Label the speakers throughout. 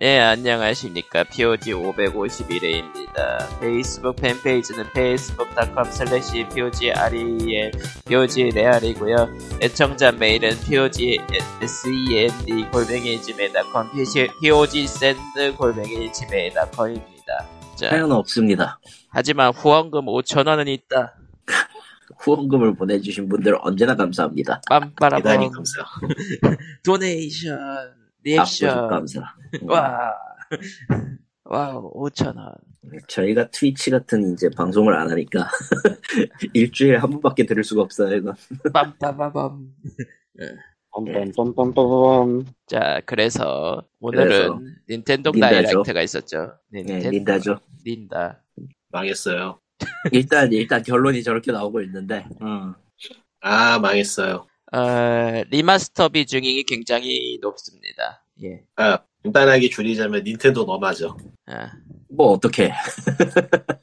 Speaker 1: 예, 안녕하십니까. POG 551회입니다. 페이스북 팬페이지는 facebook.com slash POG REL, POG 레알이고요 애청자 메일은 POG SEND E 골뱅이 지메일.com, POG SEND 골뱅이 지메일.com입니다. 자,
Speaker 2: 사연 없습니다.
Speaker 1: 하지만 후원금 5천원은 있다.
Speaker 2: 후원금을 보내주신 분들 언제나 감사합니다. 대단히
Speaker 1: 빰빠라밤.
Speaker 2: 감사.
Speaker 1: 도네이션,
Speaker 2: 압도적
Speaker 1: 리액션.
Speaker 2: 감사.
Speaker 1: 와. 와우, 5천원.
Speaker 2: 음. 저희가 트위치 같은 이제 방송을 안 하니까 일주일에 한 번밖에 들을 수가 없어요. 이건.
Speaker 1: 빰빠바밤. 예.
Speaker 3: 빰빰빰빰빰.
Speaker 1: 자, 그래서 오늘은
Speaker 2: 그래서
Speaker 1: 닌텐도
Speaker 2: 린다죠.
Speaker 1: 다이렉트가 있었죠. 네,
Speaker 2: 네,
Speaker 1: 닌텐-
Speaker 2: 린다죠.
Speaker 1: 린다.
Speaker 4: 망했어요.
Speaker 2: 일단 일단 결론이 저렇게 나오고 있는데. 음.
Speaker 4: 아, 망했어요.
Speaker 1: 어, 리마스터 비중이 굉장히 높습니다. 예.
Speaker 4: 간단하게 줄이자면 닌텐도 넘어죠.
Speaker 1: 아,
Speaker 2: 뭐 어떻게?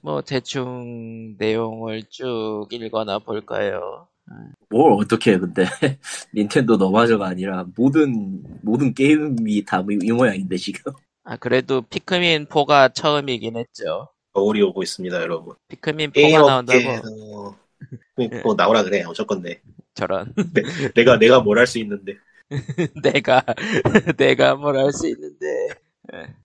Speaker 1: 뭐 대충 내용을 쭉 읽거나 볼까요?
Speaker 2: 뭘 어떻게? 근데 닌텐도 너마저가 아니라 모든 모든 게임이 다 이 모양인데 지금.
Speaker 1: 아, 그래도 피크민 4가 처음이긴 했죠.
Speaker 4: 겨울이 오고 있습니다, 여러분.
Speaker 1: 피크민 4가
Speaker 4: 게임
Speaker 1: 나온다고
Speaker 4: 업계에서 또 나오라 그래. 어쨌건데.
Speaker 1: 저런
Speaker 4: 내가 내가 뭘 할 수 있는데.
Speaker 1: 내가 내가 뭘 할 수 있는데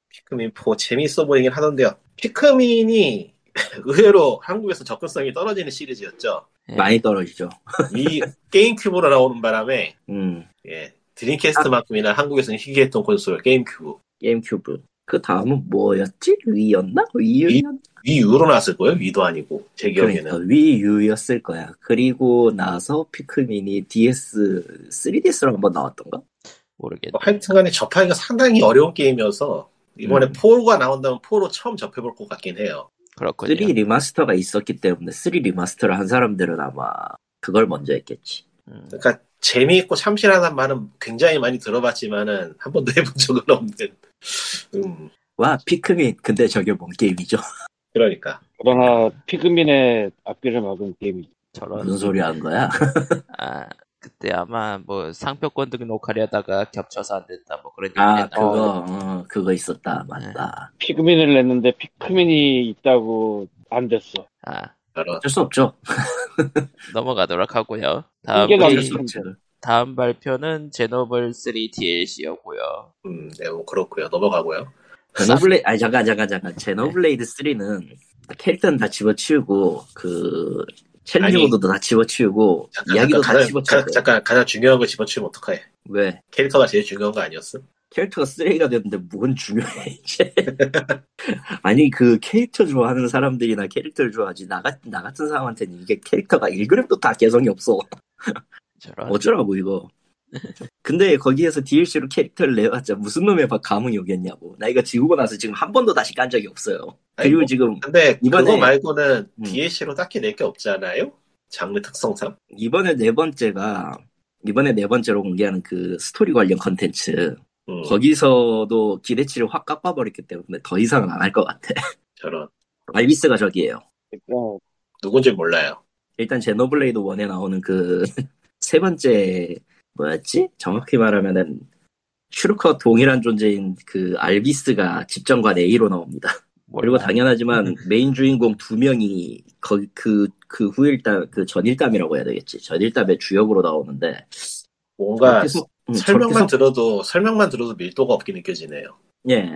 Speaker 4: 피크민 4 재밌어 보이긴 하던데요. 피크민이 의외로 한국에서 접근성이 떨어지는 시리즈였죠.
Speaker 1: 예.
Speaker 2: 많이 떨어지죠.
Speaker 4: 이 게임 큐브로 나오는 바람에
Speaker 2: 음.
Speaker 4: 예, 드림캐스트만큼이나 한국에서는 희귀했던 콘솔 게임 큐브
Speaker 2: 게임 큐브. 그 다음은 뭐였지? 위였나? 위였나?
Speaker 4: 위유로 나왔을 거예요. 위도 아니고 제 기억에는
Speaker 2: 그러니까 위유였을 거야. 그리고 나서 피크민이 DS, 3DS로 한번 나왔던가?
Speaker 1: 모르겠네.
Speaker 4: 뭐 하여튼간에 접하기가 상당히 어려운 게임이어서 이번에
Speaker 2: 음.
Speaker 4: 4가 나온다면 4로 처음 접해볼 것 같긴 해요.
Speaker 1: 그렇군요.
Speaker 2: 3 리마스터가 있었기 때문에 3 리마스터를 한 사람들은 아마 그걸 먼저 했겠지.
Speaker 1: 음.
Speaker 4: 그러니까 재미있고 참신하다는 말은 굉장히 많이 들어봤지만은 한 번도 해본 적은 없는. 음,
Speaker 2: 와, 피크민. 근데 저게 뭔 게임이죠?
Speaker 4: 그러니까
Speaker 3: 그러나 피그민의 앞길을 막은 게임이
Speaker 1: 저런
Speaker 2: 무슨 소리 한 거야?
Speaker 1: 아, 그때 아마 뭐 상표권 등록하려다가 겹쳐서 안 됐다 뭐 그런 얘기
Speaker 2: 아,
Speaker 1: 했나
Speaker 2: 그거, 어, 그거 있었다. 맞다.
Speaker 3: 피그민을 냈는데 피그민이 있다고 안 됐어.
Speaker 1: 아,
Speaker 4: 저런.
Speaker 2: 어쩔 수 없죠.
Speaker 1: 넘어가도록 하고요. 다음
Speaker 3: 이게
Speaker 2: 어쩔
Speaker 1: 발표,
Speaker 3: 나중에-
Speaker 2: 수 없죠.
Speaker 1: 다음 발표는 제노블 3 DLC였고요.
Speaker 4: 음, 네, 뭐 그렇고요. 넘어가고요.
Speaker 2: 제노블레이, 아니, 잠깐, 잠깐, 잠깐. 제노블레이드 3는 캐릭터는 다 집어치우고, 그, 챌린지
Speaker 4: 아니.
Speaker 2: 모드도 다 집어치우고,
Speaker 4: 잠깐,
Speaker 2: 이야기도
Speaker 4: 잠깐,
Speaker 2: 다
Speaker 4: 가장, 가,
Speaker 2: 집어치우고.
Speaker 4: 잠깐 가장 중요한 걸 집어치우면 어떡해?
Speaker 2: 왜?
Speaker 4: 캐릭터가 제일 중요한 거 아니었어?
Speaker 2: 캐릭터가 쓰레기가 됐는데 뭔 중요해, 이제. 아니, 그 캐릭터 좋아하는 사람들이나 캐릭터를 좋아하지, 나, 같, 나 같은 사람한테는 이게 캐릭터가 1그램도 다 개성이 없어.
Speaker 1: 저런
Speaker 2: 어쩌라고, 이거. 근데 거기에서 DLC로 캐릭터를 내봤자 무슨 놈의 막 감흥이 오겠냐고. 나 이거 지우고 나서 지금 한 번도 다시 깐 적이 없어요.
Speaker 4: 아니,
Speaker 2: 그리고
Speaker 4: 뭐,
Speaker 2: 지금
Speaker 4: 근데
Speaker 2: 이번에-
Speaker 4: 그거 말고는
Speaker 2: 음.
Speaker 4: DLC로 딱히 낼 게 없잖아요. 장르 특성상.
Speaker 2: 이번에 네 번째가 이번에 네 번째로 공개하는 그 스토리 관련 컨텐츠
Speaker 4: 음,
Speaker 2: 거기서도 기대치를 확 깎아버렸기 때문에 더 이상은 안 할 것 같아.
Speaker 4: 저런
Speaker 2: 알비스가 저기예요.
Speaker 3: 그러니까
Speaker 4: 누군지 몰라요.
Speaker 2: 일단 제노블레이드 1에 나오는 그 세 번째 뭐였지? 정확히 말하면은 슈루커 동일한 존재인 그 알비스가 집정관 A로 나옵니다.
Speaker 1: 뭐,
Speaker 4: 어,
Speaker 2: 그리고 당연하지만
Speaker 4: 음.
Speaker 2: 메인 주인공 두 명이 거기 그, 그 후일담, 그 전일담이라고 해야 되겠지. 전일담의 주역으로 나오는데.
Speaker 4: 뭔가
Speaker 2: 저렇게 속- 음, 저렇게
Speaker 4: 설명만
Speaker 2: 속-
Speaker 4: 들어도 설명만 들어도 밀도가 없게 느껴지네요.
Speaker 2: 예.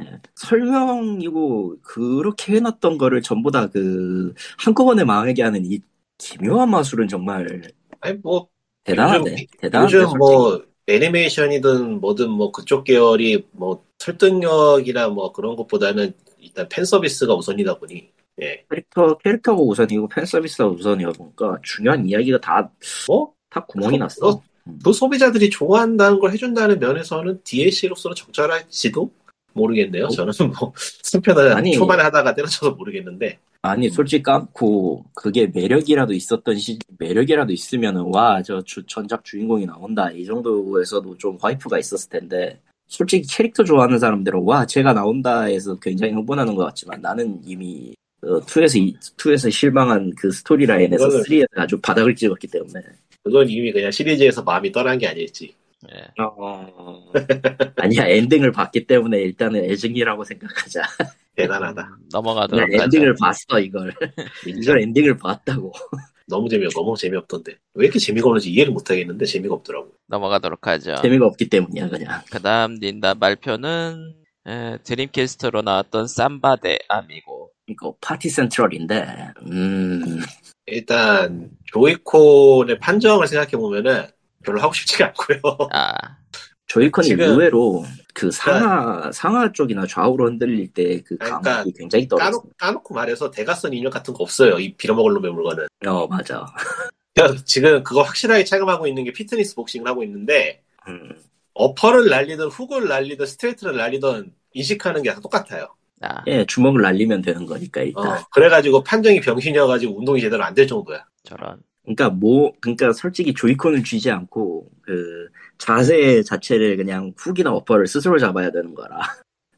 Speaker 2: 설명이고, 그렇게 해놨던 거를 전부 다 그, 한꺼번에 망하게 하는 이 기묘한 마술은 정말
Speaker 4: 아니 뭐
Speaker 2: 대단한데.
Speaker 4: 요즘-
Speaker 2: 대단한데.
Speaker 4: 요즘
Speaker 2: 그러니까 솔직히.
Speaker 4: 뭐 애니메이션이든 뭐든 뭐 그쪽 계열이 뭐 설득력이나 뭐 그런 것보다는 일단 팬 서비스가 우선이다 보니 예.
Speaker 2: 캐릭터, 캐릭터가 우선이고, 팬서비스가 우선이다 보니까, 중요한 이야기가 다,
Speaker 4: 뭐?
Speaker 2: 다 구멍이
Speaker 4: 그-
Speaker 2: 났어.
Speaker 4: 그 소비자들이 좋아한다는 걸 해준다는 면에서는 DLC로서는 적절할지도 모르겠네요. 저는 뭐
Speaker 2: 어? 아니.
Speaker 4: 승편을 초반에 하다가 때려쳐서 모르겠는데
Speaker 2: 아니, 솔직히 깜고, 그게 매력이라도 있었던 시, 매력이라도 있으면은, 와, 저 주- 전작 주인공이 나온다. 이 정도에서도 좀 화이프가 있었을 텐데, 솔직히 캐릭터 좋아하는 사람들은, 와, 제가 나온다 해서 굉장히 흥분하는 것 같지만, 나는 이미, 어, 2에서, 2에서 실망한 그 스토리라인에서
Speaker 4: 이거는-
Speaker 2: 3에서 아주 바닥을 찍었기 때문에.
Speaker 4: 그건 이미 그냥 시리즈에서 마음이 떠난 게 아닐지
Speaker 1: 예.
Speaker 2: 어... 아니야 엔딩을 봤기 때문에 일단은 애증이라고 생각하자.
Speaker 4: 대단하다.
Speaker 1: 음,
Speaker 4: 그렇죠.
Speaker 1: 넘어가도록
Speaker 2: 난
Speaker 1: 하죠.
Speaker 2: 엔딩을 봤어 이걸. 이걸 엔딩을 봤다고.
Speaker 4: 너무 재미없, 너무 재미없던데. 왜 이렇게 재미가 없는지 이해를 못하겠는데 재미가 없더라고.
Speaker 1: 넘어가도록 하죠.
Speaker 4: 아.
Speaker 2: 재미가 없기 때문이야 그냥.
Speaker 1: 그다음 닌다 발표는 에, 드림캐스트로 나왔던 삼바 대 아미고.
Speaker 2: 이거 파티 센트럴인데. 음.
Speaker 4: 일단, 조이콘의 판정을 생각해보면은 별로 하고 싶지가 않고요.
Speaker 1: 아,
Speaker 2: 조이콘이
Speaker 4: 지금- 그러니까
Speaker 2: 의외로 그 상하 상하 쪽이나 좌우로 흔들릴 때 그 감각이
Speaker 4: 그러니까
Speaker 2: 굉장히 떨어져.
Speaker 4: 까놓, 까놓고 말해서 대가선 인형 같은 거 없어요. 이 빌어먹을 놈의 물건은.
Speaker 2: 어 맞아.
Speaker 4: 그래서 지금 그거 확실하게 체감하고 있는 게 피트니스 복싱을 하고 있는데,
Speaker 2: 음.
Speaker 4: 어퍼를 날리든 훅을 날리든 스트레이트를 날리든 인식하는 게 다 똑같아요.
Speaker 1: 아,
Speaker 2: 예 주먹을 날리면 되는 거니까 일단.
Speaker 4: 어, 그래가지고 판정이 병신이어가지고 운동이 제대로 안 될 정도야.
Speaker 1: 저런.
Speaker 2: 그러니까 뭐 그러니까 솔직히 조이콘을 쥐지 않고 그 자세 자체를 그냥 훅이나 어퍼를 스스로 잡아야 되는 거라.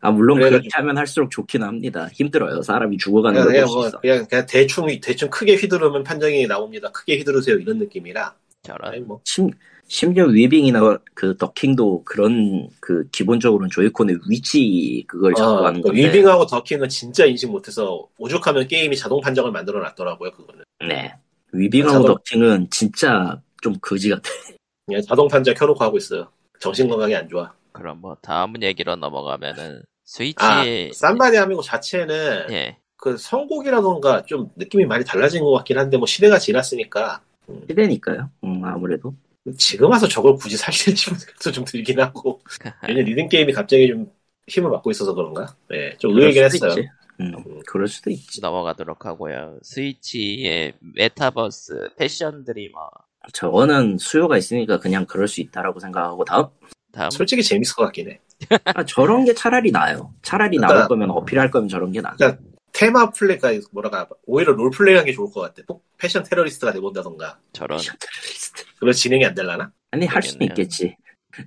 Speaker 2: 아 물론
Speaker 4: 그래가지고-
Speaker 2: 그렇게 하면 할수록 좋긴 합니다. 힘들어요. 사람이 죽어가는
Speaker 4: 그냥,
Speaker 2: 걸볼
Speaker 4: 그냥,
Speaker 2: 아, 수
Speaker 4: 뭐,
Speaker 2: 있어.
Speaker 4: 그냥, 그냥 대충, 대충 크게 휘두르면 판정이 나옵니다. 크게 휘두르세요. 이런 느낌이라. 아니,
Speaker 1: 저런.
Speaker 4: 뭐,
Speaker 2: 심, 심지어 위빙이나 그 더킹도 그런 그 기본적으로는 조이콘의 위치 그걸 잡고
Speaker 4: 어,
Speaker 2: 하는
Speaker 4: 그
Speaker 2: 건데.
Speaker 4: 위빙하고 더킹은 진짜 인식 못해서 오죽하면 게임이 자동 판정을 만들어 놨더라고요. 그거는.
Speaker 2: 네. 위빙하고
Speaker 4: 자동-
Speaker 2: 더킹은 진짜 좀 거지 같아.
Speaker 4: 그냥 자동 판정 켜놓고 하고 있어요. 정신 건강이 안 좋아.
Speaker 1: 그럼 뭐 다음 얘기로 넘어가면은 스위치.
Speaker 4: 아,
Speaker 2: 예,
Speaker 4: 쌈바디 아미고 자체는
Speaker 1: 예.
Speaker 4: 그 선곡이라던가 좀 느낌이 많이 달라진 것 같긴 한데 뭐 시대가 지났으니까
Speaker 2: 시대니까요. 음, 아무래도.
Speaker 4: 지금 와서 저걸 굳이 살실지 생각도 좀 들긴 하고
Speaker 2: 예.
Speaker 4: 왜냐 리듬 게임이 갑자기 좀 힘을 받고 있어서 그런가? 네, 좀 의외긴
Speaker 2: 그럴 수도
Speaker 4: 했어요.
Speaker 2: 있지. 음, 그럴 수도 있지.
Speaker 1: 넘어가도록 하고요. 스위치의 메타버스 뭐, 패션 드리머.
Speaker 2: 저거는 수요가 있으니까 그냥 그럴 수 있다라고 생각하고 다음
Speaker 1: 다음
Speaker 4: 솔직히 재밌을 것 같긴 해.
Speaker 2: 아, 저런 게 차라리 나아요 차라리 나올
Speaker 4: 그러니까-
Speaker 2: 거면 어필할 거면 저런 게 나아
Speaker 4: 그러니까- 테마 플레이가 뭐랄까 오히려 롤플레이하는 게 좋을 것 같아. 꼭 패션 테러리스트가 돼본다던가
Speaker 1: 저런.
Speaker 4: 그런 진행이 안 될라나?
Speaker 2: 아니 할 수는
Speaker 1: 모르겠네요.
Speaker 2: 있겠지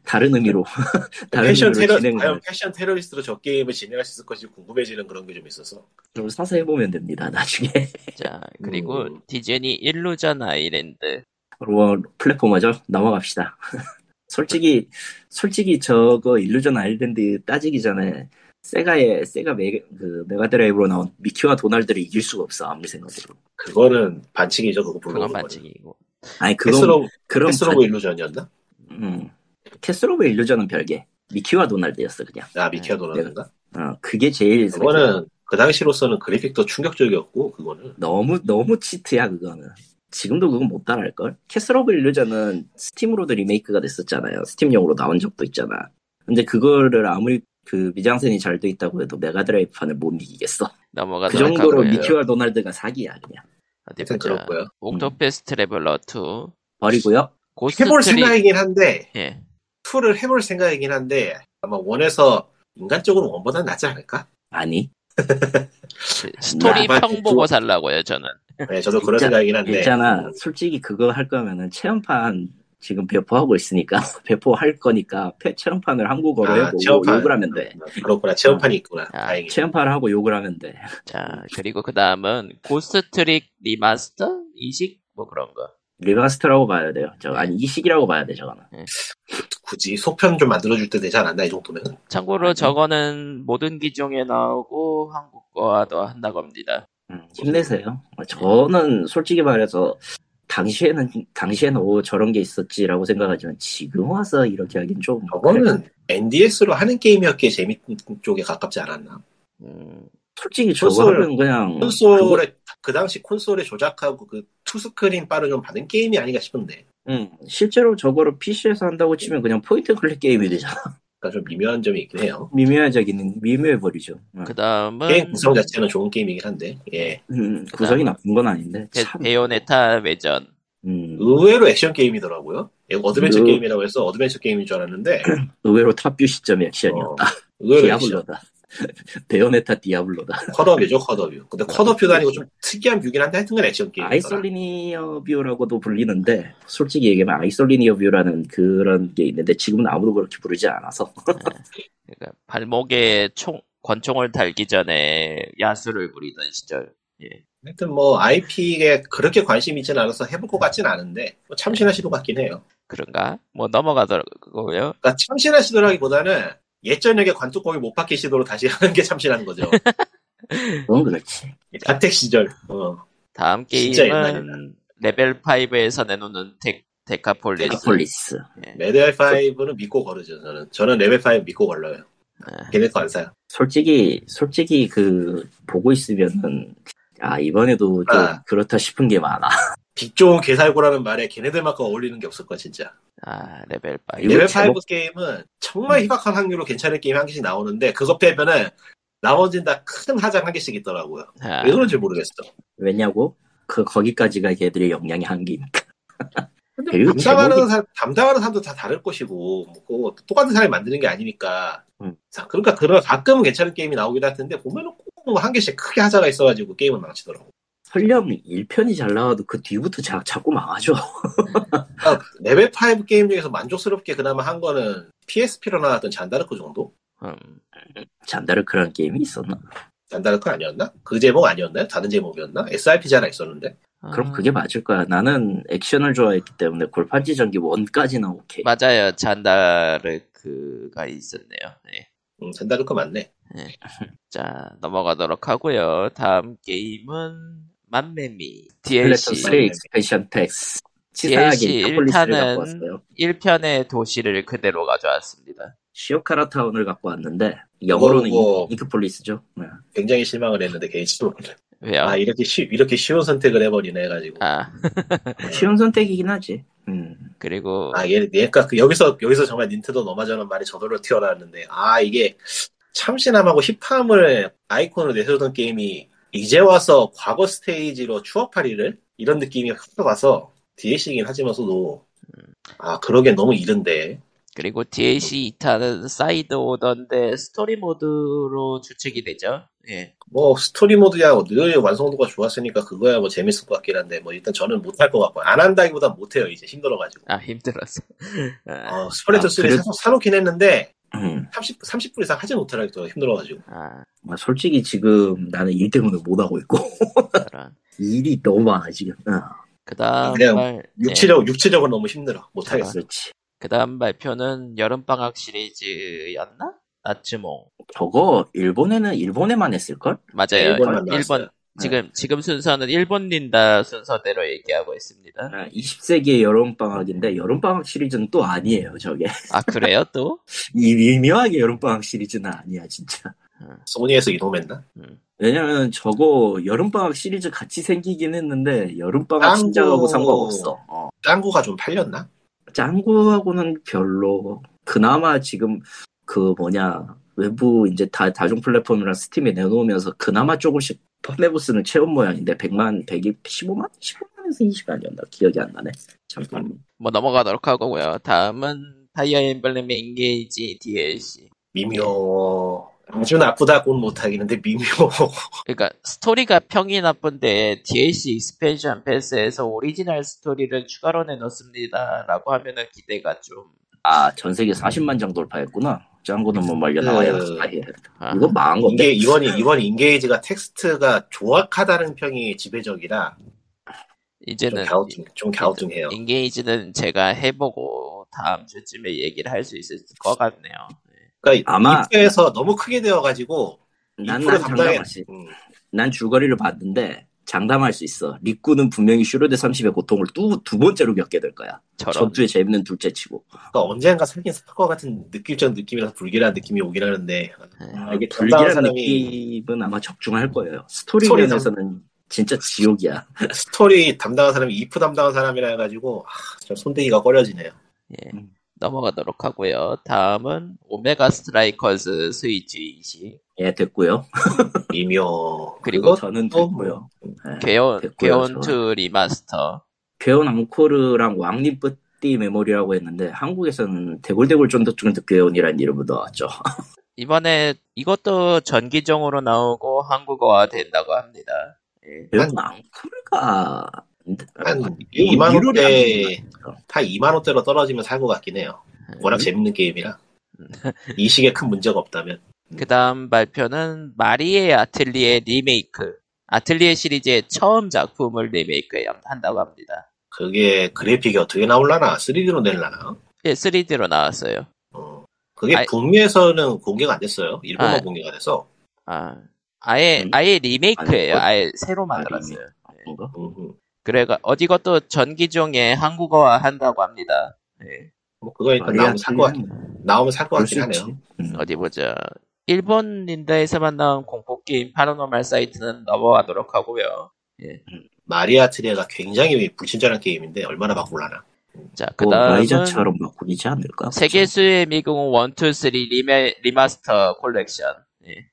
Speaker 2: 다른 의미로 다른
Speaker 4: 패션
Speaker 2: 의미로
Speaker 4: 테러
Speaker 2: 진행을
Speaker 4: 과연 패션 테러리스트로 저 게임을 진행할 수 있을 것이 궁금해지는 그런 게 좀 있어서
Speaker 2: 좀 사서 해보면 됩니다 나중에
Speaker 1: 자 그리고
Speaker 4: 음.
Speaker 1: 디즈니 일루전 아일랜드.
Speaker 2: 뭐 플랫포머죠 넘어갑시다 솔직히 솔직히 저거 일루전 아일랜드 따지기 전에 세가의 세가 메, 그 메가드라이브로 나온 미키와 도날드를 이길 수가 없어 아무리 생각해도
Speaker 4: 그거는 반칙이죠 그거 불러오는
Speaker 1: 그건
Speaker 4: 거는.
Speaker 1: 반칙이고.
Speaker 2: 아니 그건
Speaker 4: 패스로브
Speaker 2: 그런
Speaker 4: 패스로브 일루전이었나?
Speaker 2: 음. 캐스로브 일루전은 별개. 미키와 도날드였어 그냥.
Speaker 4: 아
Speaker 1: 네.
Speaker 4: 미키아 도나는가?
Speaker 2: 어, 그게 제일
Speaker 4: 그거는 그 당시로서는 그래픽도 충격적이었고 그거는
Speaker 2: 너무 너무 치트야 그거는. 지금도 그건 못 따라할 걸. 캐스로브 일루전은 스팀으로도 리메이크가 됐었잖아요. 스팀용으로 나온 적도 있잖아. 근데 그거를 아무리 그 미장센이 잘 돼 있다고 해도 메가드라이브판을 못 이기겠어. 그
Speaker 1: 넘어가도록
Speaker 2: 정도로
Speaker 1: 하고요.
Speaker 2: 미키와 도날드가 사기야 그냥.
Speaker 1: 어디
Speaker 4: 하여튼
Speaker 1: 보자.
Speaker 4: 그렇고요. 음.
Speaker 1: 옥토패스 트래블러 2.
Speaker 2: 버리고요.
Speaker 1: 고스트
Speaker 4: 해볼
Speaker 1: 트리-
Speaker 4: 생각이긴 한데
Speaker 1: 예.
Speaker 4: 투를 해볼 생각이긴 한데 아마 원에서 인간적으로 원보다 낫지 않을까?
Speaker 2: 아니
Speaker 1: 스토리
Speaker 4: 나-
Speaker 1: 평 보고 살라고요 저는.
Speaker 4: 네, 저도 그런
Speaker 2: 진짜-
Speaker 4: 생각이긴 한데
Speaker 2: 있잖아. 솔직히 그거 할 거면은 체험판 지금 배포하고 있으니까 배포할 거니까 패- 체험판을 한국어로
Speaker 4: 아,
Speaker 2: 해보고 욕을 하면 돼.
Speaker 4: 그렇구나 체험판이 있구나
Speaker 1: 아,
Speaker 4: 다행이네
Speaker 2: 체험판을 하고 욕을 하면 돼.
Speaker 1: 자
Speaker 4: 음.
Speaker 1: 그리고 그 다음은 고스트 트릭 리마스터 이식 뭐 그런 거.
Speaker 2: 리마스터라고 봐야 돼요. 저 아니 이식이라고 봐야 돼 저거는.
Speaker 4: 굳이 소편 좀 만들어줄 때 되지 않았나 이 정도면 음.
Speaker 1: 참고로 저거는 모든 기종에 나오고 한국 거와도 한다고 합니다.
Speaker 2: 음, 힘내세요. 저는 솔직히 말해서 당시에는 당시에는 오 저런 게 있었지라고 생각하지만 지금 와서 이렇게 하긴 좀 그래.
Speaker 4: 저거는 NDS로 하는 게임이었기에 재밌는 쪽에 가깝지 않았나
Speaker 1: 음,
Speaker 2: 솔직히 저거
Speaker 4: 콘솔-
Speaker 2: 하면 그냥 그거-
Speaker 4: 콘솔에 그 당시 콘솔에 조작하고 그 투스크린 바를 좀 받은 게임이 아닌가 싶은데
Speaker 2: 음, 실제로 저거를 PC에서 한다고 치면 그냥 포인트 앤 클릭 게임이 되잖아.
Speaker 4: 그러니까 좀 미묘한 점이 있긴 해요
Speaker 2: 미묘해지기는 미묘해 버리죠.
Speaker 1: 그
Speaker 4: 게임
Speaker 1: 다음은
Speaker 4: 구성 자체는 좋은 게임이긴 한데 예
Speaker 2: 음, 구성이 나쁜 건 아닌데
Speaker 1: 데-
Speaker 2: 참.
Speaker 1: 베요네타 외전.
Speaker 2: 음,
Speaker 4: 의외로 액션 게임이더라고요 예, 어드벤처
Speaker 2: 그-
Speaker 4: 게임이라고 해서 어드벤처 게임인 줄 알았는데
Speaker 2: 의외로 탑뷰 시점이 액션이었다.
Speaker 4: 어, 의외로 예, 액션
Speaker 2: 디아블로다. 베요네타 디아블로다.
Speaker 4: 컷업이죠 컷업이요 근데
Speaker 2: 음.
Speaker 4: 컷업뷰도 아니고 좀 특이한 뷰긴 한데 하여튼간 액션 게임이더라
Speaker 2: 아이솔리니어 뷰라고도 불리는데 솔직히 얘기하면 아이솔리니어 뷰라는 그런 게 있는데 지금은 아무도 그렇게 부르지 않아서
Speaker 1: 그러니까 발목에 총 권총을 달기 전에 야수를 부리던 시절.
Speaker 4: 하여튼 뭐 IP에 그렇게 관심이 있진 않아서 해볼 것 같진 않은데 뭐 참신한 시도 같긴 해요.
Speaker 1: 그런가? 뭐 넘어가더라고요.
Speaker 4: 그러니까 참신하시더라기보다는 예전에게 관뚜껑이 못 박히시도록 다시 하는 게 참신한 거죠.
Speaker 2: 그건 그렇지.
Speaker 4: 자택 시절. 어.
Speaker 1: 다음
Speaker 4: 진짜 옛날이다.
Speaker 1: 게임은 레벨 5에서 내놓는 데, 데카폴리스.
Speaker 2: 데카폴리스.
Speaker 4: 레벨 5는 믿고 거르죠, 저는. 저는 레벨 5 믿고 걸러요.
Speaker 1: 네.
Speaker 4: 걔네 거안 사요.
Speaker 2: 솔직히 솔직히 그 보고 있으면은 아 이번에도 좀
Speaker 4: 아.
Speaker 2: 그렇다 싶은 게 많아.
Speaker 4: 빅 좋은 개살구라는 말에 걔네들만큼 어울리는 게 없을 거야, 진짜.
Speaker 1: 아 레벨 5.
Speaker 2: 이거
Speaker 4: 레벨 5
Speaker 2: 제목-
Speaker 4: 게임은 정말
Speaker 1: 음.
Speaker 4: 희박한 확률로 괜찮은 게임 한 개씩 나오는데, 그것 빼면은 나머진 다 큰 하장 한 개씩 있더라고요.
Speaker 1: 아,
Speaker 4: 왜 그런지 모르겠어.
Speaker 2: 왜냐고? 그 거기까지가 걔들의 역량의 한계니까.
Speaker 4: 근데
Speaker 2: 그리고
Speaker 4: 담당하는
Speaker 2: 제목이-
Speaker 4: 사람, 담당하는 사람도 다 다를 것이고, 뭐, 그거 똑같은 사람이 만드는 게 아니니까.
Speaker 2: 음.
Speaker 4: 자, 그러니까, 그런, 가끔은 괜찮은 게임이 나오기도 할 텐데, 보면은 꼭한 개씩 크게 하자가 있어가지고 게임은 망치더라고.
Speaker 2: 설령 1편이 잘 나와도 그 뒤부터 자, 자꾸 망하죠.
Speaker 4: 그러니까 레벨 5 게임 중에서 만족스럽게 그나마 한 거는 PSP로 나왔던 잔다르크 정도?
Speaker 1: 음,
Speaker 2: 잔다르크라는 게임이 있었나?
Speaker 4: 잔다르크 아니었나? 그 제목 아니었나요? 다른 제목이었나? SRP지 하나 있었는데.
Speaker 2: 그럼
Speaker 1: 아,
Speaker 2: 그게 맞을 거야. 나는 액션을 좋아했기 때문에 골판지 전기 1까지는 오케이.
Speaker 1: 맞아요. 잔다르크가 있었네요. 네.
Speaker 4: 음, 잔다르크 맞네.
Speaker 1: 자 넘어가도록 하고요. 다음 게임은 만매미
Speaker 2: 플래툰
Speaker 1: DLC
Speaker 2: 3 익스펜션 팩스. 치사하게
Speaker 1: DLC
Speaker 2: 카폴리스를 갖고
Speaker 1: 일탄은-
Speaker 2: 왔어요.
Speaker 1: 1편의 도시를 그대로 가져왔습니다.
Speaker 2: 시오카라 타운을 갖고 왔는데 영어로는
Speaker 4: 그거-
Speaker 2: 이- 이크폴리스죠. 네.
Speaker 4: 굉장히 실망을 했는데, 개인적으로.
Speaker 1: 왜요?
Speaker 4: 아, 이렇게 쉬, 이렇게 쉬운 선택을 해버리네 해가지고.
Speaker 1: 아
Speaker 2: 뭐 쉬운 선택이긴 하지. 음.
Speaker 1: 그리고
Speaker 4: 아, 얘, 얘가 그 여기서 여기서 정말 닌텐도 넘어져는 말이 저절로 튀어나왔는데, 아 이게 참신함하고 힙함을 아이콘으로 내세우던 게임이 이제 와서 과거 스테이지로 추억팔이를 이런 느낌이 확 와서 DLC이긴 하지만서도
Speaker 2: 음.
Speaker 4: 아 그러게 너무 이른데
Speaker 1: 그리고 DLC 2탄은 사이드 오더인데 스토리 모드로 주책이 되죠. 예.
Speaker 4: 뭐 스토리 모드야 늘 완성도가 좋았으니까 그거야 뭐 재밌을 것 같긴 한데 뭐 일단 저는 못할 것 같고 안 한다기보다 못해요 이제 힘들어가지고
Speaker 1: 아 힘들었어. 아,
Speaker 4: 어, 스프레드
Speaker 2: 아,
Speaker 4: 3
Speaker 2: 그래-
Speaker 4: 를 사놓긴 했는데
Speaker 2: 음.
Speaker 4: 30, 30분 이상 하지 못하더라고요 힘들어가지고
Speaker 1: 아
Speaker 2: 아, 솔직히 지금 나는 일 때문에 못 하고 있고
Speaker 1: 그런.
Speaker 2: 일이 너무 많아 지금. 어,
Speaker 1: 그다음
Speaker 4: 그냥
Speaker 1: 말
Speaker 2: 네.
Speaker 1: 예,
Speaker 4: 육체적 육체적으로 너무 힘들어 못하겠어.
Speaker 2: 그렇지.
Speaker 1: 그다음 발표는 여름방학 시리즈였나? 나츠몽
Speaker 2: 저거 일본에는 일본에만 했을 걸?
Speaker 1: 맞아요.
Speaker 4: 네, 일본만 나왔어요. 네.
Speaker 1: 지금 지금 순서는 일본 린다 순서대로 얘기하고 있습니다.
Speaker 2: 아, 20세기의 여름방학인데 여름방학 시리즈는 또 아니에요 저게.
Speaker 1: 아 그래요 또?
Speaker 2: 이 미묘하게 여름방학 시리즈는 아니야 진짜.
Speaker 4: 소니에서 이동했나?
Speaker 1: 음.
Speaker 2: 왜냐면 저거 여름방학 시리즈 같이 생기긴 했는데 여름방학
Speaker 4: 짱구.
Speaker 2: 신작하고 상관없어. 어.
Speaker 4: 짱구가 좀 팔렸나?
Speaker 2: 짱구하고는 별로. 그나마 지금 그 뭐냐 외부 이제 다 다중 플랫폼이랑 스팀에 내놓으면서 그나마 조금씩 펀네보스는 채운 모양인데 100만, 115만, 15만에서 20만이었나 기억이 안 나네. 잠깐.
Speaker 1: 뭐 넘어가도록 하고요. 다음은 파이어 엠블렘의 인게이지 DLC.
Speaker 4: 미묘. 아주 나쁘다 곤 못하기는데 미묘.
Speaker 1: 그러니까 스토리가 평이 나쁜데 DLC 익스펜션 패스에서 오리지널 스토리를 추가로 내놓습니다라고 하면은 기대가 좀
Speaker 2: 아, 전 세계 40만 장 돌파했구나. 짱구는 못 말려 나와야
Speaker 4: 그-
Speaker 2: 아예.
Speaker 1: 아,
Speaker 2: 이거 망한 건데.
Speaker 4: 이게 이번이 이번 인게이지가 텍스트가 조악하다는 평이 지배적이라 좀
Speaker 2: 네.
Speaker 1: 이제는
Speaker 4: 갸우뚱 좀 갸우뚱해요.
Speaker 1: 인게이지는 제가 해보고 다음 주쯤에 얘기를 할 수 있을 것 같네요.
Speaker 4: 그러니까
Speaker 2: 아마-
Speaker 4: 입에서 너무 크게 되어가지고
Speaker 2: 난,
Speaker 4: 입으로
Speaker 2: 난
Speaker 4: 담당해-
Speaker 2: 장담하지.
Speaker 4: 음,
Speaker 2: 난 줄거리를 봤는데 장담할 수 있어. 리꾸는 분명히 슈로데 30의 고통을 두, 두 번째로 겪게 될 거야.
Speaker 1: 저런
Speaker 2: 전투에 재밌는 둘째 치고.
Speaker 4: 그러니까 언젠가 살긴 살것 같은 느낌적 느낌이라서 불길한 느낌이 오긴 하는데
Speaker 2: 아,
Speaker 4: 이게
Speaker 2: 이게
Speaker 4: 담당한
Speaker 2: 불길한
Speaker 4: 사람이-
Speaker 2: 느낌은 아마 적중할 거예요. 스토리
Speaker 4: 스토리
Speaker 2: 면에서는 진짜 지옥이야.
Speaker 4: 스토리 담당한 사람이 이프 담당한 사람이라 해가지고 아, 참 손대기가 꺼려지네요.
Speaker 1: 예.
Speaker 2: 음.
Speaker 1: 넘어가도록 하고요. 다음은 오메가 스트라이커즈 스위치 이식
Speaker 2: 예, 됐고요.
Speaker 4: 미묘.
Speaker 1: 그리고
Speaker 4: 그리고
Speaker 2: 저는
Speaker 4: 또
Speaker 2: 됐고요.
Speaker 4: 뭐.
Speaker 2: 예.
Speaker 1: 괴온
Speaker 2: 됐고요,
Speaker 1: 괴온
Speaker 2: 저는.
Speaker 1: 2 리마스터
Speaker 2: 괴온 앙코르랑 왕립뿌띠 메모리라고 했는데 한국에서는 대골대골 쫀득쫀득 괴온이라는 이름으로 나왔죠.
Speaker 1: 이번에 이것도 전기종으로 나오고 한국어화 된다고 합니다. 예.
Speaker 2: 괴온 앙코르가
Speaker 4: 한
Speaker 2: 이건
Speaker 4: 2만
Speaker 2: 유료를 안
Speaker 4: 원대
Speaker 2: 주는 거니까. 네.
Speaker 4: 다 2만 원대로 떨어지면 살 것 같긴 해요. 워낙 재밌는 게임이라
Speaker 2: 음.
Speaker 4: 이 시기에 큰 문제가 없다면
Speaker 1: 그 다음 발표는 마리의 아틀리에 리메이크. 아틀리에 시리즈의 처음 작품을 리메이크 한다고 합니다.
Speaker 4: 그게 그래픽이 어떻게 나올라나 3D로 내려나
Speaker 1: 예, 3D로 나왔어요.
Speaker 4: 어. 그게
Speaker 1: 아이-
Speaker 4: 북미에서는 공개가 안 됐어요. 일본만
Speaker 1: 아.
Speaker 4: 공개가 돼서.
Speaker 1: 아, 아예
Speaker 2: 음.
Speaker 1: 아예 리메이크예요.
Speaker 2: 아니,
Speaker 1: 아예 새로
Speaker 2: 아,
Speaker 1: 만들었어요.
Speaker 2: 뭔가?
Speaker 4: 음,
Speaker 1: 그래가 어 이것도 전기종에 한국어화 한다고 합니다. 예.
Speaker 4: 뭐 그거 일단 나오면 살 것 같긴
Speaker 2: 아,
Speaker 4: 나오면 살 것 같긴 하네요.
Speaker 2: 음.
Speaker 1: 어디 보자. 일본 린다에서만 나온 공포 게임 파라노말 사이트는 넘어가도록 하고요.
Speaker 4: 마리아 트리아가 굉장히 불친절한 게임인데 얼마나 바꾸려나.
Speaker 1: 자,
Speaker 2: 뭐
Speaker 1: 그다음은
Speaker 2: 라이자처럼 바꾸기지 않을까?
Speaker 1: 세계수의 미궁 1, 2, 3 리메, 리마스터 콜렉션. 예.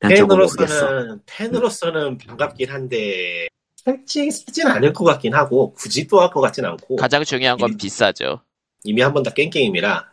Speaker 2: 팬으로서는
Speaker 4: 팬으로서는 팬으로서는 반갑긴 한데 살지 쓰진 않을 것 같긴 하고 굳이 또 할 것 같진 않고
Speaker 1: 가장 중요한 건
Speaker 4: 음.
Speaker 1: 비싸죠.
Speaker 4: 이미 한 번 다 깬 게임이라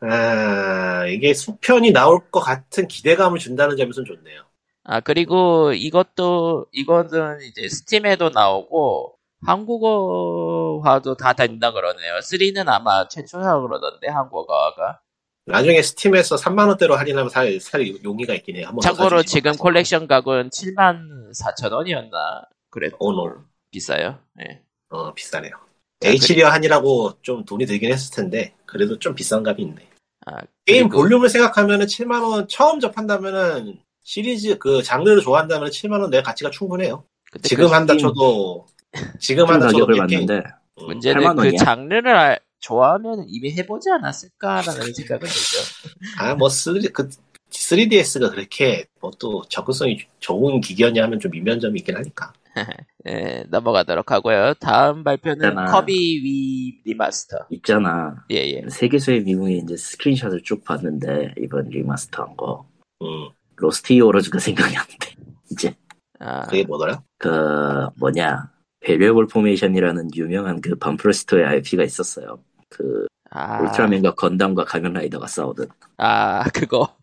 Speaker 4: 아 이게 수편이 나올 것 같은 기대감을 준다는 점에서는 좋네요.
Speaker 1: 아, 그리고 이것도, 이거는 이제 스팀에도 나오고, 한국어화도 다 된다 그러네요. 3는 아마 최초라 그러던데, 한국어가.
Speaker 4: 나중에 스팀에서 3만 원대로 할인하면 살, 살 용기가 있긴 해요. 한번
Speaker 1: 참고로
Speaker 4: 뭐 사주시기
Speaker 1: 지금
Speaker 4: 바랍니다.
Speaker 1: 콜렉션 가격은 7만 4천 원이었나? 그래,
Speaker 4: 오늘
Speaker 1: 비싸요. 예.
Speaker 4: 어 비싸네요.
Speaker 1: 자,
Speaker 4: HDR 한이라고 좀 돈이 들긴 했을 텐데 그래도 좀 비싼 값이 있네.
Speaker 1: 아,
Speaker 4: 게임
Speaker 1: 그리고-
Speaker 4: 볼륨을 생각하면은 7만 원 처음 접한다면은 시리즈 그 장르를 좋아한다면 7만 원 내 가치가 충분해요.
Speaker 1: 근데
Speaker 4: 지금
Speaker 1: 그
Speaker 4: 한다
Speaker 2: 게임-
Speaker 4: 쳐도 지금 한다 쳐도
Speaker 2: 가격을
Speaker 4: 몇 게임.
Speaker 2: 봤는데
Speaker 4: 음,
Speaker 1: 문제는
Speaker 2: 8만
Speaker 1: 그
Speaker 2: 원이야?
Speaker 1: 장르를 알- 좋아하면 이미 해보지 않았을까라는 생각은 들죠.
Speaker 4: 아뭐 3D 그 3DS가 그렇게 뭐 또 접근성이 좋은 기기였냐 하면 좀 미면점이 있긴 하니까.
Speaker 1: 예, 넘어가도록 하고요. 다음
Speaker 4: 네,
Speaker 1: 발표는
Speaker 2: 있잖아.
Speaker 1: 커비 위 리마스터.
Speaker 2: 있잖아
Speaker 1: 예, 예.
Speaker 2: 세계수의 미궁의 이제 스크린샷을 쭉 봤는데 이번 리마스터한 거
Speaker 4: 음
Speaker 2: 로스트 히어로즈가 생각이 안 돼. 이제
Speaker 1: 아,
Speaker 4: 그게 뭐더라?
Speaker 2: 그 뭐냐 베리얼 포메이션이라는 유명한 그 반프로스토의 IP가 있었어요. 그
Speaker 1: 아,
Speaker 2: 울트라맨과 건담과 가면라이더가 싸우던
Speaker 1: 아, 그거.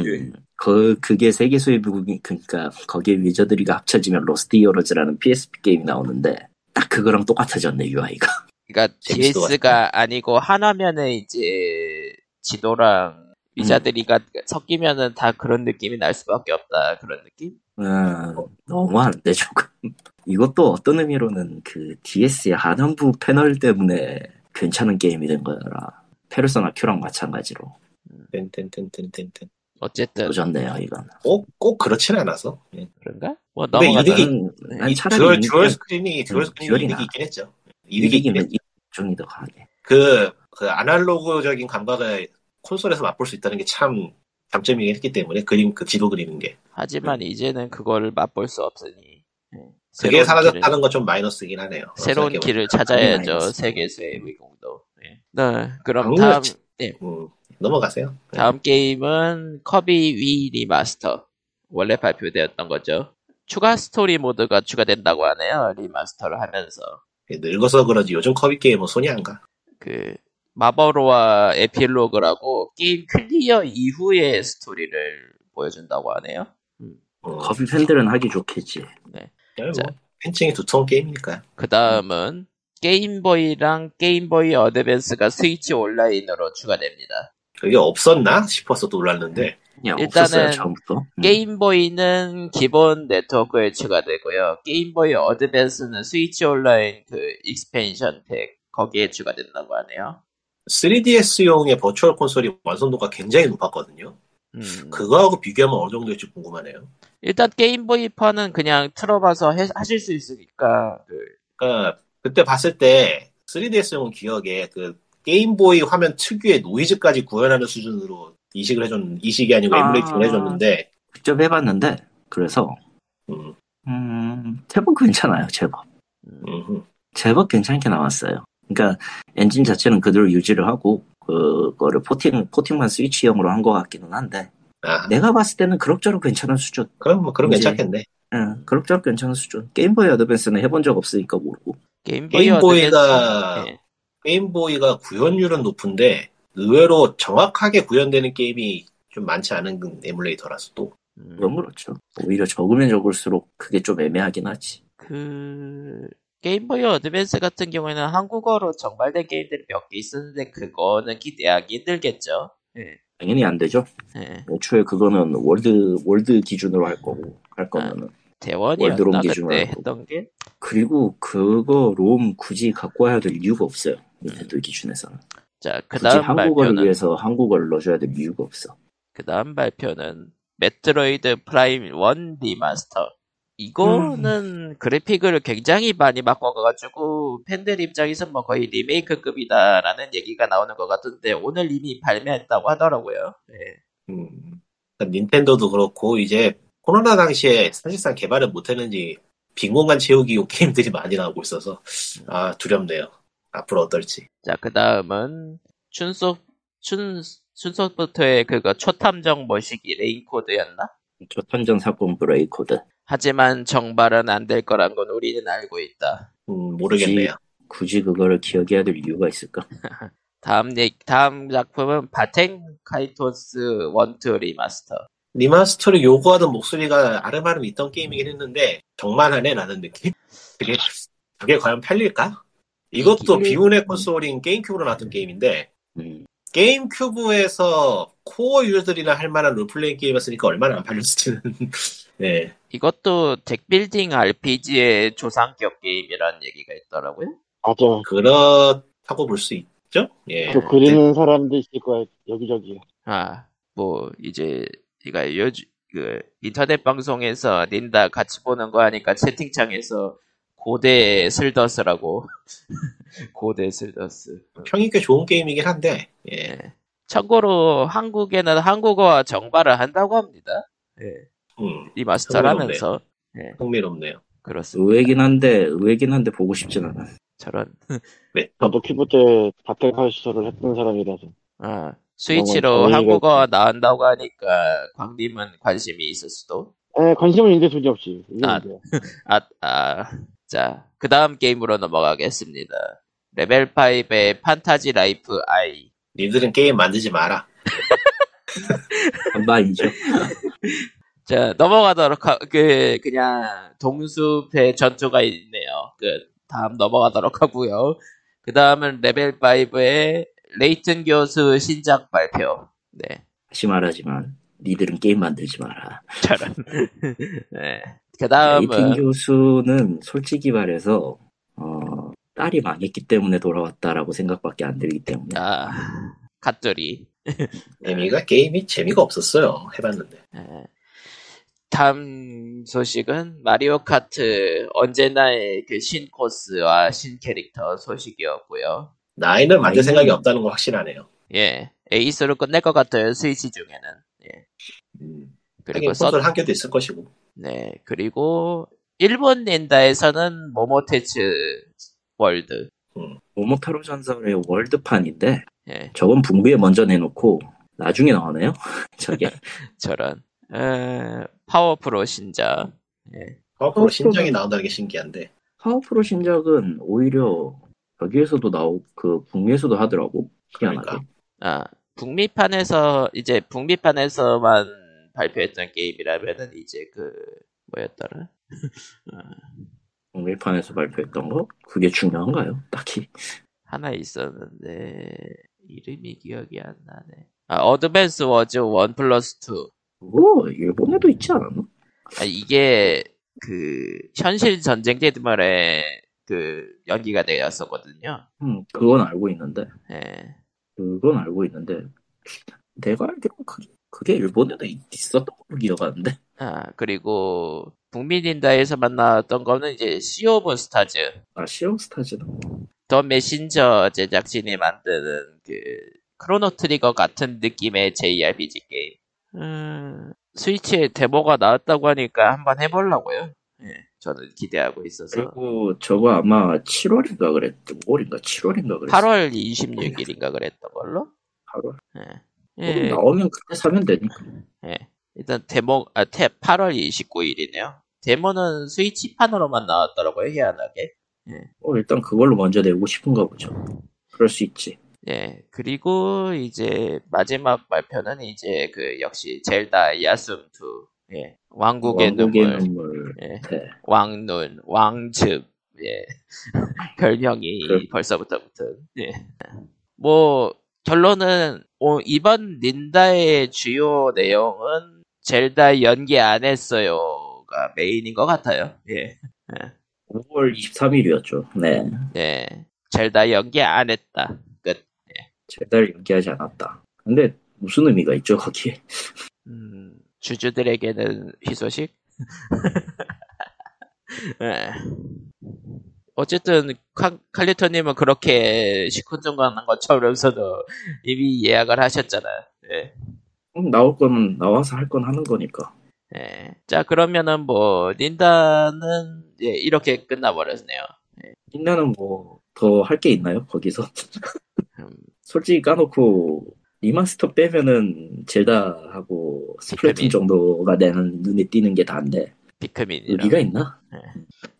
Speaker 2: 음, 그 그게 세계수의 미국이 그러니까 거기에 위저들이가 합쳐지면 로스트 히어로즈라는 PSP 게임이 나오는데 딱 그거랑 똑같아졌네 UI가.
Speaker 1: 그러니까
Speaker 4: 재밌을 것
Speaker 1: DS가 아니고 한 화면에 이제
Speaker 4: 음.
Speaker 1: 지도랑 위자들이가 섞이면은 다 그런 느낌이 날 수밖에 없다. 그런 느낌?
Speaker 2: 음,
Speaker 1: 어.
Speaker 2: 너무 안 돼, 조금. 이것도 어떤 의미로는 그 DS의 하단부 패널 때문에 괜찮은 게임이 된 거라. 페르소나 Q랑 마찬가지로.
Speaker 4: 땡땡땡땡땡.
Speaker 1: 어쨌든
Speaker 2: 좋네요, 이건.
Speaker 4: 꼭꼭 그렇진 않아서. 예.
Speaker 1: 그런가? 뭐
Speaker 4: 근데
Speaker 1: 넘어가도록.
Speaker 4: 이득이-
Speaker 2: 나는, 난
Speaker 4: 이
Speaker 2: 차라리
Speaker 4: 듀얼
Speaker 2: 이득이-
Speaker 4: 듀얼 스크린이 듀얼
Speaker 2: 음,
Speaker 4: 스크린이
Speaker 2: 듀얼이
Speaker 4: 이득이
Speaker 2: 나.
Speaker 4: 있긴 했죠. 이득이 있긴
Speaker 2: 이득이면 이쪽이 더 강하게.
Speaker 4: 그, 그 아날로그적인 감각을 콘솔에서 맛볼 수 있다는 게 참 장점이긴 했기 때문에 그림 그 지도 그리는 게
Speaker 1: 하지만 이제는 그거를 맛볼 수 없으니. 예.
Speaker 4: 그게
Speaker 1: 새로운 길을-
Speaker 4: 사라졌다는 건 좀 마이너스긴 하네요.
Speaker 1: 새로운
Speaker 4: 생각해보면.
Speaker 1: 길을
Speaker 2: 많이
Speaker 1: 찾아야죠.
Speaker 2: 많이
Speaker 1: 세계수의 미궁도. 예. 네, 그럼
Speaker 4: 아무나
Speaker 1: 다음,
Speaker 4: 지- 음, 넘어가세요.
Speaker 1: 네. 다음 게임은 커비 위 리마스터. 원래 발표되었던 거죠. 추가 스토리 모드가 추가된다고 하네요. 리마스터를 하면서.
Speaker 4: 예, 늙어서 그런지 요즘 커비 게임은 손이 안 가.
Speaker 1: 그, 마법로와 에필로그라고 게임 클리어 이후의 스토리를 보여준다고 하네요.
Speaker 4: 음,
Speaker 2: 커피 팬들은 하기 좋겠지.
Speaker 4: 그냥
Speaker 1: 자.
Speaker 4: 뭐 팬층이 두터운 게임이니까.
Speaker 1: 그 다음은 게임보이랑 게임보이 어드밴스가 스위치 온라인으로 추가됩니다.
Speaker 4: 그게 없었나 싶어서 놀랐는데
Speaker 2: 그냥
Speaker 1: 일단은
Speaker 2: 없었어요, 처음부터. 음.
Speaker 1: 게임보이는 기본 네트워크에 추가되고요. 게임보이 어드밴스는 스위치 온라인 그 익스펜션 팩 거기에 추가된다고 하네요.
Speaker 4: 3DS용의 버추얼 콘솔이 완성도가 굉장히 높았거든요.
Speaker 1: 음,
Speaker 4: 그거하고 비교하면 어느 정도일지 궁금하네요.
Speaker 1: 일단 게임보이판은 그냥 틀어봐서 해- 하실 수 있으니까 그,
Speaker 4: 그러니까 그때 봤을 때 3DS용 기억에 그 게임보이 화면 특유의 노이즈까지 구현하는 수준으로 이식을 해줬 이식이 아니고
Speaker 2: 아.
Speaker 4: 에뮬레이팅을 해줬는데
Speaker 2: 직접 해봤는데, 그래서,
Speaker 4: 음,
Speaker 2: 음, 제법 괜찮아요, 제법.
Speaker 4: 음,
Speaker 2: 제법 괜찮게 나왔어요. 그러니까 엔진 자체는 그대로 유지를 하고 그거를 포팅 포팅만 스위치형으로 한 것 같기는 한데
Speaker 4: 아,
Speaker 2: 내가 봤을 때는 그럭저럭 괜찮은 수준.
Speaker 4: 그럼 뭐 그런 거
Speaker 2: 이제
Speaker 4: 괜찮겠네.
Speaker 2: 응, 그럭저럭 괜찮은 수준. 게임보이 어드밴스는 해본 적 없으니까 모르고.
Speaker 1: 게임보이
Speaker 4: 게임보이가-
Speaker 1: 어드밴스 예.
Speaker 4: 게임보이가 구현율은 높은데 의외로 정확하게 구현되는 게임이 좀 많지 않은 그 에뮬레이터라서 또
Speaker 1: 음,
Speaker 2: 그런 그렇죠. 오히려 적으면 적을수록 그게 좀 애매하긴 하지.
Speaker 1: 그 게임보이 어드밴스 같은 경우에는 한국어로 정발된 게임들이 몇 개 있었는데 그거는 기대하기 힘들겠죠. 예.
Speaker 2: 당연히 안 되죠.
Speaker 1: 예.
Speaker 2: 애초에 그거는 월드 월드 기준으로 할 거고 할 거면은
Speaker 1: 대원이었나
Speaker 2: 월드롬
Speaker 1: 그때
Speaker 2: 기준으로.
Speaker 1: 했던 게
Speaker 2: 그리고 그거 롬 굳이 갖고 와야 될 이유가 없어요. 닌텐도 기준에서는.
Speaker 1: 자, 음. 그
Speaker 2: 굳이
Speaker 1: 다음
Speaker 2: 한국어를
Speaker 1: 발표는,
Speaker 2: 위해서 한국어를 넣어줘야 될 이유가 없어.
Speaker 1: 그 다음 발표는, 메트로이드 프라임 1 리마스터. 이거는 그래픽을 굉장히 많이 바꿔가지고, 팬들 입장에서 뭐 거의 리메이크급이다라는 얘기가 나오는 것 같은데, 오늘 이미 발매했다고 하더라고요. 예.
Speaker 4: 음, 그러니까 닌텐도도 그렇고 이제 코로나 당시에 사실상 개발을 못했는지 빈 공간 채우기 용 게임들이 많이 나오고 있어서 아 두렵네요. 앞으로 어떨지.
Speaker 1: 자, 그 다음은, 춘속, 춘, 춘속부터의 그거 초탐정 머시기 레인코드였나?
Speaker 2: 저 턴전 사건 브레이코드.
Speaker 1: 하지만 정발은 안 될 거란 건 우리는 알고 있다.
Speaker 4: 음, 모르겠네요.
Speaker 2: 굳이 그거를 기억해야 될 이유가 있을까?
Speaker 1: 다음 얘 다음 작품은 바텐 카이토스 원투 리마스터.
Speaker 4: 리마스터를 요구하던 목소리가 아름아름 있던 게임이긴 했는데 정만하네 라는 느낌? 그게, 그게 과연 팔릴까? 이것도
Speaker 2: 이게-
Speaker 4: 비운의 콘솔인 게임큐브로 나왔던 게임인데
Speaker 2: 음,
Speaker 4: 게임큐브에서 코어 유저들이나 할 만한 롤플레잉 게임이었으니까 얼마나 안 팔렸을지는 네.
Speaker 1: 이것도 덱빌딩 RPG의 조상격 게임이라는 얘기가 있더라고요.
Speaker 3: 맞아.
Speaker 4: 그렇다고 볼 수 있죠? 예.
Speaker 3: 그 그리는 사람도 있을 거야 여기저기.
Speaker 1: 아, 뭐 이제 제가 요즘 그 인터넷 방송에서 닌다 같이 보는 거 하니까 채팅창에서 고대 슬더스라고 고대 슬더스.
Speaker 4: 평이 꽤 좋은 게임이긴 한데 예.
Speaker 1: 참고로 한국에는 한국어와 정발을 한다고 합니다. 예.
Speaker 4: 음,
Speaker 1: 리마스터라면서
Speaker 4: 흥미롭네요.
Speaker 1: 그렇습니다.
Speaker 2: 의외긴 한데 의외긴 한데 보고 싶진 않아.
Speaker 1: 저런
Speaker 4: 네.
Speaker 3: 저도 큐브 때 바텔카이스터를 했던 사람이라서.
Speaker 1: 아,
Speaker 3: 너무
Speaker 1: 스위치로
Speaker 3: 어이가
Speaker 1: 한국어 나온다고 하니까 광님은 관심이 있을 수도.
Speaker 3: 에 관심은 있는데 돈이 없지. 이게
Speaker 1: 아.
Speaker 3: 문제야.
Speaker 1: 아, 아, 자, 그 다음 게임으로 넘어가겠습니다. 레벨 5의 판타지 라이프 아이.
Speaker 4: 니들은 게임 만들지 마라.
Speaker 2: 아, 반반이죠.
Speaker 1: 자, 넘어가도록 하, 그 그냥 동숲의 전투가 있네요. 그 다음 넘어가도록 하고요. 그 다음은 레벨 5의 레이튼 교수 신작 발표. 네.
Speaker 2: 다시 말하지만 니들은 게임 만들지 마라.
Speaker 1: 저런. 네. 그
Speaker 4: 아, 뭐.
Speaker 2: 에이틴
Speaker 1: 다음은,
Speaker 2: 교수는 솔직히 말해서 어, 딸이 망했기 때문에 돌아왔다라고 생각밖에 안 들기 때문에
Speaker 1: 아, 갓돌이.
Speaker 4: 재미가 게임이 재미가 없었어요. 해봤는데.
Speaker 1: 예. 다음 소식은 마리오 카트 언제나의 그 신 코스와 신 캐릭터 소식이었고요.
Speaker 4: 나인을 만들
Speaker 2: 나인은-
Speaker 4: 생각이 없다는 건 확실하네요.
Speaker 1: 예, 에이스로 끝낼 것 같아요 스위치 중에는. 예.
Speaker 4: 음.
Speaker 1: 그리고
Speaker 4: 하긴
Speaker 1: 서,
Speaker 4: 콘솔 한 개도 있을 것이고.
Speaker 1: 네, 그리고 일본 닌다에서는 모모테츠 월드.
Speaker 2: 모모타로 전설의 월드판인데
Speaker 1: 예,
Speaker 2: 저건 분부에 먼저 내놓고 나중에 나오네요. 저게
Speaker 1: 저런 에, 파워프로 신작.
Speaker 4: 파워프로
Speaker 2: 파워프로는-
Speaker 4: 신작이 나온다는 게 신기한데.
Speaker 2: 파워프로 신작은 오히려 여기에서도 나오 그 북미에서도 하더라고 희한하게
Speaker 4: 그러니까.
Speaker 1: 아, 북미판에서 이제 북미판에서만 발표했던 게임이라면은 이제 그 뭐였더라?
Speaker 2: 북미판에서 발표했던 거 그게 중요한가요? 딱히
Speaker 1: 하나 있었는데 이름이 기억이 안 나네. 아 어드밴스 워즈 1 플러스 2.
Speaker 2: 그거 뭐, 일본에도 있지 않았나?
Speaker 1: 아, 이게 그 현실 전쟁 대드말에 그 연기가 되었었거든요.
Speaker 2: 음, 그건 알고 있는데
Speaker 1: 예.
Speaker 2: 그건 알고 있는데 내가 알기로 그게, 그게 일본에도 있- 있었던 걸로 기억하는데
Speaker 1: 아 그리고 북미닌다에서만 나왔던 거는 이제 시 오브 스타즈.
Speaker 2: 아 시험스타즈는
Speaker 1: 더 메신저 제작진이 만드는 그 크로노 트리거 같은 느낌의 JRPG 게임. 음, 스위치에 데모가 나왔다고 하니까 한번 해보려고요. 예, 저는 기대하고 있어서.
Speaker 2: 그리고 저거 아마 7월인가 그랬던 5월인가 7월인가 그랬어
Speaker 1: 8월 26일인가 그랬던 걸로.
Speaker 2: 8월
Speaker 1: 예.
Speaker 2: 그럼
Speaker 1: 예,
Speaker 2: 나오면 그때 사면 되니까
Speaker 1: 일단 데모 아, 탭 8월 29일이네요. 데모는 스위치판으로만 나왔더라고요, 희한하게.
Speaker 2: 어, 일단 그걸로 먼저 내고 싶은가 보죠 그럴 수 있지
Speaker 1: 예, 그리고 이제 마지막 발표는 이제 그 역시 젤다 야숨2. 예, 왕국의, 눈물.
Speaker 2: 눈물.
Speaker 1: 예,
Speaker 2: 네.
Speaker 1: 왕눈, 왕즙. 예, 별명이
Speaker 2: 그럼.
Speaker 1: 벌써부터 붙은. 예. 뭐, 결론은 오- 이번 닌다의 주요 내용은 젤다 연기 안 했어요가 메인인 것 같아요. 예.
Speaker 2: 5월 23일이었죠. 네.
Speaker 1: 네. 젤다 연기 안 했다. 끝.
Speaker 2: 제달 연기하지 않았다. 근데 무슨 의미가 있죠, 거기에?
Speaker 1: 음, 주주들에게는 희소식? 예. 어쨌든 칼- 칼리토님은 그렇게 시큰둥하는 것처럼서도 이미 예약을 하셨잖아. 예.
Speaker 2: 음, 나올 거면 나와서 할 건 하는 거니까.
Speaker 1: 예. 자 그러면은 뭐 닌다는 예, 이렇게 끝나버렸네요.
Speaker 2: 인나는 뭐 더 할 게 있나요, 거기서?
Speaker 1: 음.
Speaker 2: 솔직히 까놓고 리마스터 빼면은 젤다하고 스플래툰
Speaker 1: 피크민.
Speaker 2: 정도가 되는 눈에 띄는 게 다인데
Speaker 1: 비크민이랑
Speaker 2: 의미가 있나?
Speaker 1: 네.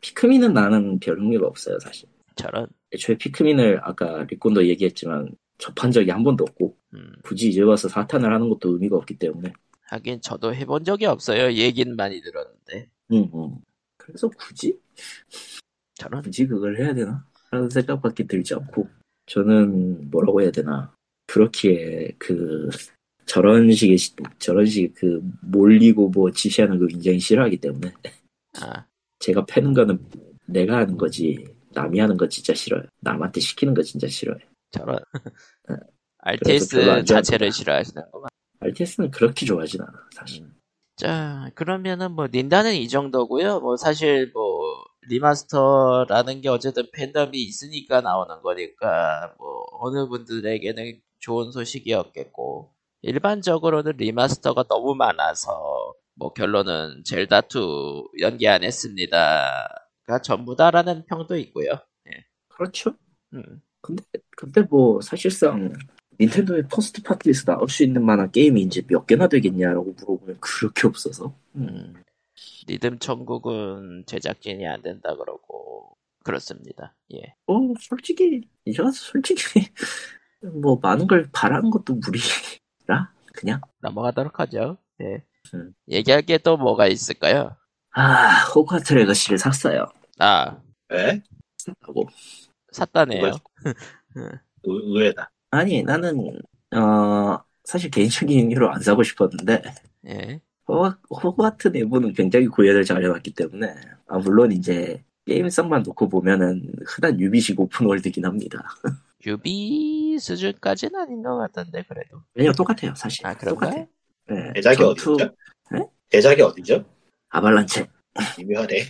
Speaker 2: 피크민은 나는 별 흥미가 없어요, 사실.
Speaker 1: 저런.
Speaker 2: 애초에 피크민을 아까 리콘도 얘기했지만 접한 적이 한 번도 없고
Speaker 1: 음,
Speaker 2: 굳이 이제 와서 사탄을 하는 것도 의미가 없기 때문에
Speaker 1: 하긴 저도 해본 적이 없어요. 얘긴 많이 들었는데
Speaker 2: 음, 음. 그래서 굳이
Speaker 1: 저런.
Speaker 2: 굳이 그걸 해야 되나 하는 생각밖에 들지 않고 저는 뭐라고 해야 되나 그렇게 그 저런 식의 시- 저런 식의 그 몰리고 뭐 지시하는 거 굉장히 싫어하기 때문에
Speaker 1: 아,
Speaker 2: 제가 패는 거는 내가 하는 거지 남이 하는 거 진짜 싫어요 남한테 시키는 거 진짜 싫어요
Speaker 1: 저런.
Speaker 2: 별로 안
Speaker 1: RTS
Speaker 2: 좋아하는구나.
Speaker 1: 자체를 싫어하시는구만.
Speaker 2: RTS는 그렇게 좋아하진 않아 사실
Speaker 1: 자, 그러면은 뭐 닌다는 이 정도고요. 뭐 사실 뭐 리마스터라는 게 어쨌든 팬덤이 있으니까 나오는 거니까 뭐 어느 분들에게는 좋은 소식이었겠고 일반적으로는 리마스터가 너무 많아서 뭐 결론은 젤다 2 연기 안 했습니다가 전부다라는 평도 있고요.
Speaker 2: 그렇죠
Speaker 1: 음,
Speaker 2: 근데 근데 뭐 사실상 닌텐도의 퍼스트 파티에서 나올 수 있는 만한 게임이 이제 몇 개나 되겠냐라고 물어보면 그렇게 없어서
Speaker 1: 음. 리듬 천국은 제작진이 안 된다 그러고 그렇습니다. 예.
Speaker 2: 어 솔직히 이제 와서 솔직히 뭐 많은 걸 바라는 것도 무리라 그냥
Speaker 1: 넘어가도록 하죠. 네.
Speaker 2: 음.
Speaker 1: 얘기할 게 또 뭐가 있을까요?
Speaker 2: 아 호그와트 레거시를 샀어요
Speaker 1: 아,
Speaker 4: 에?
Speaker 2: 샀다고
Speaker 1: 샀다네요.
Speaker 4: 뭐야? 예? 의- 의외다.
Speaker 2: 아니 나는 어 사실 개인적인 이유로 안 사고 싶었는데
Speaker 1: 예.
Speaker 2: 호- 호그와트 내부는 굉장히 구애를 잘 해놨기 때문에 아 물론 이제 게임성만 놓고 보면은 흔한 유비식 오픈월드긴 합니다
Speaker 1: 유비 수준까지는 아닌 것 같던데, 그래도.
Speaker 2: 왜냐면 똑같아요, 사실.
Speaker 1: 아, 그런가요?
Speaker 2: 똑같아요. 네.
Speaker 4: 대작이
Speaker 2: 전투,
Speaker 4: 어디죠?
Speaker 2: 에?
Speaker 4: 대작이 어디죠?
Speaker 2: 아발란체.
Speaker 4: 미묘하네.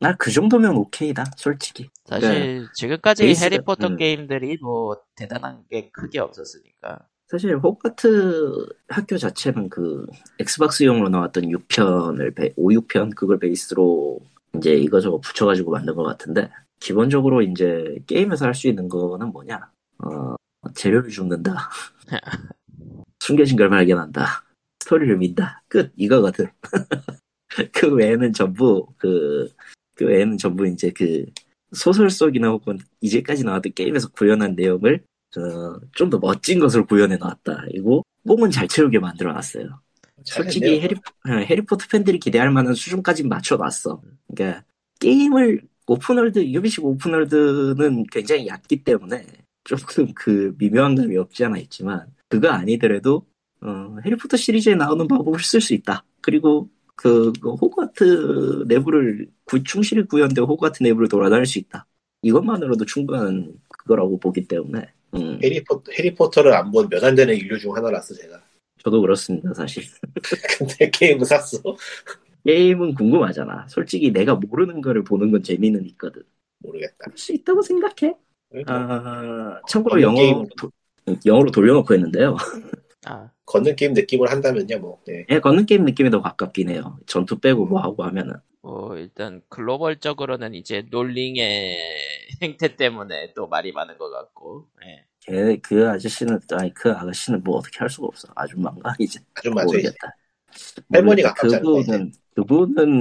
Speaker 2: 나 그 정도면 오케이다, 솔직히.
Speaker 1: 사실, 지금까지
Speaker 2: 네. 베이스가-
Speaker 1: 해리포터
Speaker 2: 음.
Speaker 1: 게임들이 뭐, 대단한 게 크게 없었으니까.
Speaker 2: 사실 호가트 학교 자체는 그 엑스박스용으로 나왔던 6편을 5, 6편 그걸 베이스로 이제 이거저거 붙여가지고 만든 것 같은데 기본적으로 이제 게임에서 할 수 있는 거는 뭐냐? 어 재료를 줍는다. 숨겨진 걸 발견한다. 스토리를 민다. 끝 이거거든. 그 외에는 전부 그, 그 외에는 전부 이제 그 소설 속이나 혹은 이제까지 나왔던 게임에서 구현한 내용을 좀 더 멋진 것을 구현해 놨다. 그리고 뽕은 잘 채우게 만들어 놨어요. 솔직히
Speaker 4: 잘했네요.
Speaker 2: 해리, 어, 해리포터 팬들이 기대할 만한 수준까지 맞춰 놨어. 그러니까 게임을 오픈월드, 유비식 오픈월드는 굉장히 얕기 때문에 조금 그 미묘한 감이 없지 않아 있지만 그거 아니더라도 어, 해리포터 시리즈에 나오는 마법을 쓸 수 있다. 그리고 그, 그 호그와트 내부를 구- 충실히 구현된 호그와트 내부를 돌아다닐 수 있다. 이것만으로도 충분한 그거라고 보기 때문에 음.
Speaker 4: 해리포, 해리포터를 안 본 몇 안 되는 인류 중 하나라서 제가.
Speaker 2: 저도 그렇습니다, 사실.
Speaker 4: 근데 게임을 샀어.
Speaker 2: 게임은 궁금하잖아. 솔직히 내가 모르는 거를 보는 건 재미는 있거든.
Speaker 4: 모르겠다.
Speaker 2: 할 수 있다고 생각해.
Speaker 4: 그러니까
Speaker 2: 아, 참고로
Speaker 4: 어느
Speaker 2: 영어,
Speaker 4: 게임으로?
Speaker 2: 도- 영어로 돌려놓고 했는데요.
Speaker 1: 아,
Speaker 4: 걷는 게임 느낌을 한다면요, 뭐. 예.
Speaker 2: 예, 걷는 게임 느낌이 더 가깝긴 해요. 전투 빼고 뭐 하고 하면은.
Speaker 1: 뭐, 일단, 글로벌적으로는 이제 놀링의 행태 때문에 또 말이 많은 것 같고, 예.
Speaker 2: 걔, 그 아저씨는, 아니, 그 아가씨는 뭐 어떻게 할 수가 없어. 아줌마인가? 이제.
Speaker 4: 아줌마죠, 이제.
Speaker 2: 모르겠다.
Speaker 4: 할머니가 아깝지 않을까,
Speaker 2: 그분은,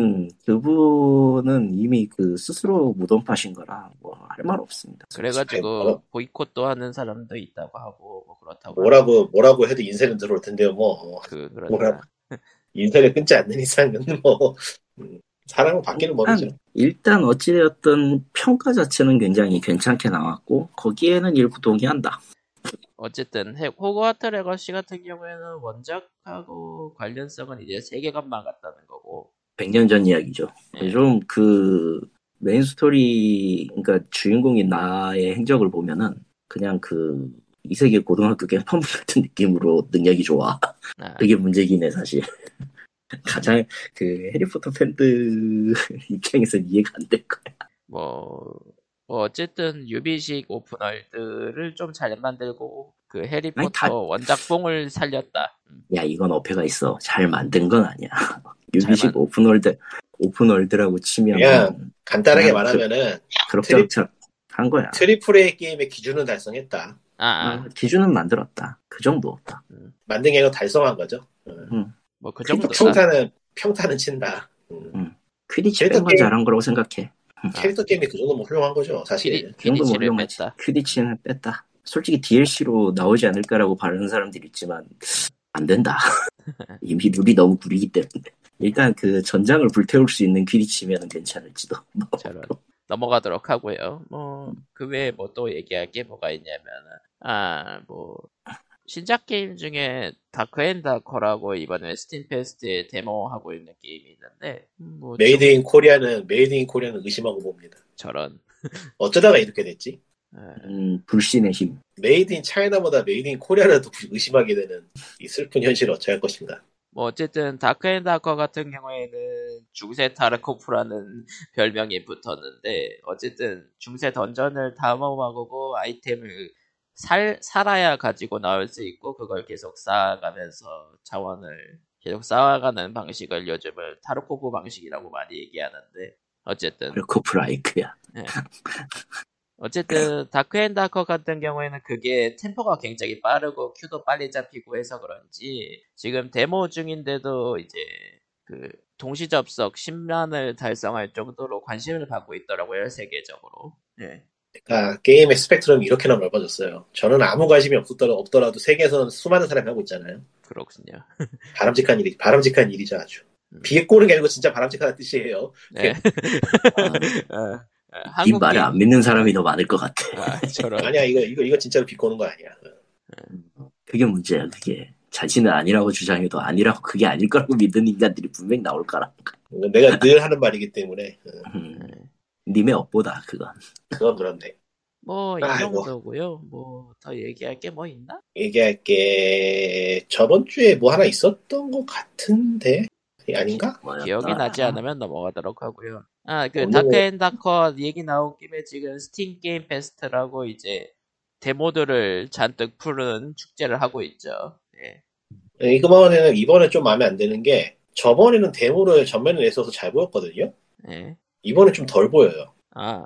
Speaker 2: 그분은, 그분은 이미 그 스스로 무덤파신 거라 뭐 할 말 없습니다.
Speaker 4: 아이,
Speaker 1: 그래가지고,
Speaker 4: 뭐라-
Speaker 1: 보이콧도 하는 사람도 있다고 하고, 뭐, 그렇다고.
Speaker 4: 뭐라고, 뭐라고 해도 인생은 들어올 텐데요, 뭐.
Speaker 1: 하고. 그, 그러니
Speaker 4: 뭐라고. 인생을 끊지 않는 이상은 뭐. 음, 사람은 바뀌는 법이죠.
Speaker 2: 아, 일단 어찌되었던 평가 자체는 굉장히 괜찮게 나왔고 거기에는 일부 동의한다.
Speaker 1: 어쨌든 해- 호그와트 레거시 같은 경우에는 원작하고 관련성은 이제 세계관만 같다는 거고
Speaker 4: 네.
Speaker 2: 100년 전 이야기죠.
Speaker 1: 예.
Speaker 2: 좀 그 메인 스토리, 그러니까 주인공인 나의 행적을 보면은 그냥 그 이세계 고등학교 갱판부 같은 느낌으로 능력이 좋아.
Speaker 1: 아,
Speaker 2: 그게 문제긴 해, 사실. 가장 그 해리포터 팬들 입장에서는 이해가 안 될 거야.
Speaker 1: 뭐, 뭐 어쨌든 유비식 오픈월드를 좀 잘 만들고 그 해리포터
Speaker 2: 아니, 다-
Speaker 1: 원작봉을 살렸다. 음,
Speaker 2: 야, 이건 어폐가 있어. 잘 만든 건 아니야.
Speaker 1: 잘
Speaker 2: 유비식
Speaker 1: 만-
Speaker 2: 오픈월드, 오픈월드라고 치면
Speaker 4: 그냥 간단하게
Speaker 2: 그냥
Speaker 4: 말하면은
Speaker 2: 그럭저럭 한 거야.
Speaker 4: 트리플 A 게임의 기준은 달성했다.
Speaker 1: 아, 아,
Speaker 2: 아, 기준은 만들었다. 그 정도였다.
Speaker 4: 만든 게 아니고 달성한 거죠.
Speaker 1: 뭐 그
Speaker 4: 그러니까
Speaker 1: 정도다.
Speaker 4: 평타는 평타는 친다. 음.
Speaker 2: 퀴디치
Speaker 4: 일단
Speaker 2: 뺀건
Speaker 4: 게임-
Speaker 2: 잘한 거라고 생각해.
Speaker 4: 캐릭터 게임이 그 정도면 훌륭한 거죠, 사실.
Speaker 1: 퀴디-
Speaker 2: 그 정도면
Speaker 1: 퀴디치를
Speaker 2: 훌륭하지.
Speaker 1: 뺐다.
Speaker 2: 퀴디치는 뺐다. 솔직히 DLC로 나오지 않을까라고 바라는 사람들이 있지만 안 된다. 이미 룰이 너무 구리기 때문에. 일단 그 전장을 불태울 수 있는 퀴디치면 괜찮을지도.
Speaker 1: 저런. 넘어가도록 하고요. 뭐 그 외에 뭐 또 얘기할 게 뭐가 있냐면 아뭐 신작 게임 중에 다크앤다커라고 이번에 스팀 페스트에 데모하고 있는 게임이 있는데 뭐
Speaker 4: 메이드 인 코리아는 메이드 인 코리아는 의심하고 봅니다.
Speaker 1: 저런 예,
Speaker 4: 어쩌다가 이렇게 됐지?
Speaker 1: 에,
Speaker 2: 음, 불신의 힘.
Speaker 4: 메이드 인 차이나보다 메이드 인 코리아를 더 의심하게 되는 이 슬픈 현실을 어찌할 것인가.
Speaker 1: 뭐 어쨌든 다크앤다커 같은 경우에는 중세 타르코프라는 별명이 붙었는데 어쨌든 중세 던전을 탐험하고 아이템을 살 살아야 가지고 나올 수 있고 그걸 계속 쌓아가면서 자원을 계속 쌓아가는 방식을 요즘은 타르코프 방식이라고 많이 얘기하는데 어쨌든
Speaker 2: 그리고 프라이크야.
Speaker 1: 어쨌든 다크앤다커 같은 경우에는 그게 템포가 굉장히 빠르고 큐도 빨리 잡히고 해서 그런지 지금 데모 중인데도 이제 그 동시 접속 10만을 달성할 정도로 관심을 받고 있더라고요 세계적으로. 네.
Speaker 4: 그러니까 게임의 스펙트럼이 이렇게나 넓어졌어요. 저는 아무 관심이 없더라, 없더라도 세계에서는 수많은 사람이 하고 있잖아요.
Speaker 1: 그렇군요.
Speaker 4: 바람직한 일이 바람직한 일이죠 아주.
Speaker 2: 음.
Speaker 4: 비에 꼬는 게 아니고 진짜 바람직한 뜻이에요.
Speaker 1: 네.
Speaker 4: 그,
Speaker 1: 어, 어,
Speaker 2: 이
Speaker 1: 한국
Speaker 2: 말을
Speaker 1: 게임-
Speaker 2: 안 믿는 사람이 더 많을 것 같아.
Speaker 1: 아,
Speaker 2: 음.
Speaker 1: 저런.
Speaker 4: 아니야 이거 이거 이거 진짜로 비 꼬는 거 아니야.
Speaker 2: 그게 문제야, 그게. 자신은 아니라고 주장해도 아니라고 그게 아닐 거라고 믿는 인간들이 분명히 나올 거라.
Speaker 4: 어, 내가 늘 하는 말이기 때문에 어,
Speaker 2: 음, 님의 업보다, 그건.
Speaker 4: 그건 그런데
Speaker 1: 뭐 이
Speaker 4: 아이고.
Speaker 1: 정도고요. 뭐 더 얘기할 게 뭐 있나?
Speaker 4: 얘기할 게 저번 주에 뭐 하나 있었던 것 같은데 아닌가?
Speaker 2: 뭐였다. 음.
Speaker 1: 기억이 나지 않으면 넘어가도록 하고요. 어. 아, 그
Speaker 4: 오늘-
Speaker 1: 다크앤다커 얘기 나온 김에 지금 스팀 게임 페스트라고 이제 데모들을 잔뜩 푸는 축제를 하고 있죠. 예.
Speaker 4: 이거만에는 이번에 좀 마음에 안 드는 게 저번에는 데모를 전면에 내서서 잘 보였거든요.
Speaker 1: 예.
Speaker 4: 이번에 좀 덜 보여요.
Speaker 1: 아,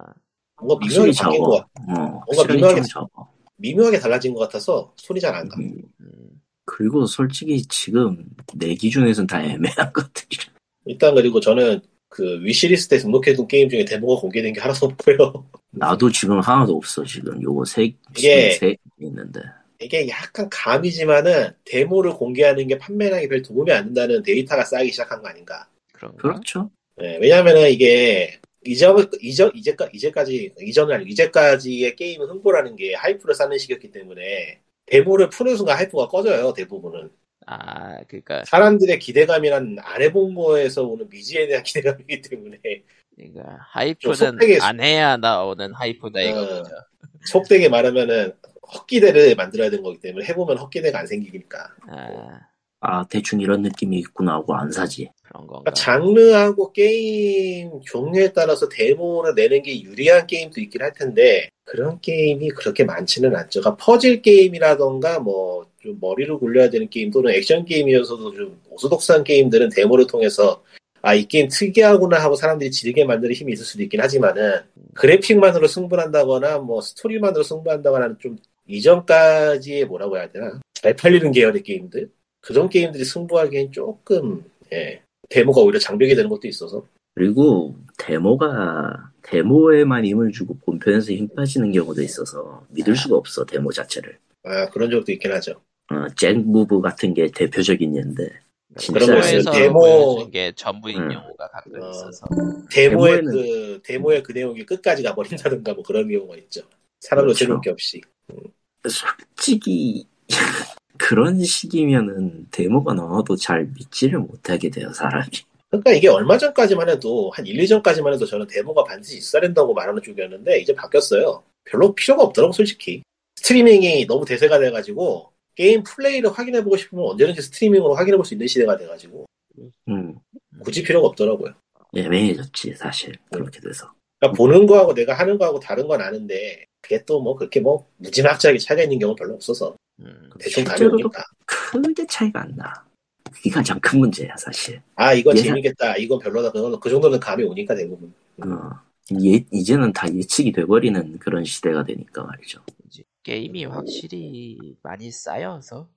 Speaker 4: 뭔가
Speaker 2: 확실히
Speaker 4: 미묘하게 바뀐
Speaker 2: 적어.
Speaker 4: 것 같,
Speaker 2: 어,
Speaker 4: 뭔가
Speaker 2: 확실히
Speaker 4: 분명하게-
Speaker 2: 좀 적어.
Speaker 4: 미묘하게 달라진 것 같아서 소리 잘 안 가.
Speaker 2: 음.
Speaker 1: 음,
Speaker 2: 그리고 솔직히 지금 내 기준에선 다 애매한 것들이라.
Speaker 4: 일단 그리고 저는 그 위시리스트에 등록해둔 게임 중에 데모가 공개된 게 하나도 없고요.
Speaker 2: 나도 지금 하나도 없어, 지금. 요거 세,
Speaker 4: 이게-
Speaker 2: 세 있는데.
Speaker 4: 이게 약간 감이지만은 데모를 공개하는 게 판매량에 별 도움이 안 된다는 데이터가 쌓이기 시작한 거 아닌가.
Speaker 1: 그런가?
Speaker 2: 그렇죠.
Speaker 4: 예, 왜냐면은 이게 이제 이제 이제까 이제까지 이전을 아니 이제까지의 게임 흥보라는 게 하이프를 쌓는 시기였기 때문에 데모를 푸는 순간 하이프가 꺼져요 대부분은
Speaker 1: 아, 그러니까,
Speaker 4: 사람들의 기대감이란 안 해본 거에서 오는 미지에 대한 기대감이기 때문에
Speaker 1: 그러니까
Speaker 4: 좀
Speaker 1: 하이프는
Speaker 4: 속되게-
Speaker 1: 안 해야 나오는 하이프다
Speaker 4: 어.
Speaker 1: 이거죠.
Speaker 4: 속되게 말하면은 헛기대를 만들어야 되는 거기 때문에 해보면 헛기대가 안 생기니까
Speaker 1: 아,
Speaker 2: 아, 대충 이런 느낌이 있구나 하고 안 사지.
Speaker 1: 그런 건가?
Speaker 4: 그러니까 장르하고 게임 종류에 따라서 데모를 내는 게 유리한 게임도 있긴 할 텐데 그런 게임이 그렇게 많지는 않죠. 그러니까 퍼즐 게임이라던가 뭐 좀 머리를 굴려야 되는 게임 또는 액션 게임이어서도 좀 오소독스한 게임들은 데모를 통해서 아 이 게임 특이하구나 하고 사람들이 지르게 만드는 힘이 있을 수도 있긴 하지만은 그래픽만으로 승부한다거나 뭐 스토리만으로 승부한다거나 는좀 이전까지의 뭐라고 해야 되나 잘 팔리는 계열의 게임들 그런 게임들이 승부하기엔 조금 예, 데모가 오히려 장벽이 되는 것도 있어서
Speaker 2: 그리고 데모가, 데모에만 힘을 주고 본편에서 힘 빠지는 경우도 있어서
Speaker 1: 아.
Speaker 2: 믿을 수가 없어, 데모 자체를.
Speaker 4: 아 그런 적도 있긴 하죠.
Speaker 2: 어, 잭 무브 같은 게 대표적인 예인데.
Speaker 1: 그런
Speaker 2: 진짜
Speaker 1: 거에서
Speaker 4: 데모-
Speaker 1: 보여준 게 전부인
Speaker 2: 음.
Speaker 1: 경우가 가끔
Speaker 4: 어.
Speaker 1: 있어서.
Speaker 4: 데모의
Speaker 2: 데모에는-
Speaker 4: 그 데모의 그 내용이 끝까지 가버린다든가 뭐 그런 경우가 있죠. 사람도
Speaker 2: 그렇죠.
Speaker 4: 재미없게 없이
Speaker 2: 솔직히 그런 식이면은 데모가 나와도 잘 믿지를 못하게 돼요 사람이
Speaker 4: 그러니까 이게 얼마 전까지만 해도 한 1, 2전까지만 해도 저는 데모가 반드시 있어야 된다고 말하는 쪽이었는데 이제 바뀌었어요. 별로 필요가 없더라고 솔직히. 스트리밍이 너무 대세가 돼가지고 게임 플레이를 확인해보고 싶으면 언제든지 스트리밍으로 확인해볼 수 있는 시대가 돼가지고
Speaker 2: 음,
Speaker 4: 굳이 필요가 없더라고요.
Speaker 2: 애매해졌지 사실 그렇게 돼서.
Speaker 4: 그러니까 보는 거하고 내가 하는 거하고 다른 건 아는데 그게 또 뭐 그렇게 뭐 무지막지하게 차이가 있는 경우는 별로 없어서
Speaker 1: 음,
Speaker 4: 대충 감이
Speaker 2: 실제로도
Speaker 4: 오니까
Speaker 2: 큰데 차이가 안 나. 그게 가장 큰 문제야 사실.
Speaker 4: 아 이거
Speaker 2: 예상-
Speaker 4: 재밌겠다 이건 별로다 그건 그 정도는 감이 오니까 대부분
Speaker 2: 어, 예, 이제는 다 예측이 돼버리는 그런 시대가 되니까 말이죠.
Speaker 1: 이제 게임이 확실히 많이 쌓여서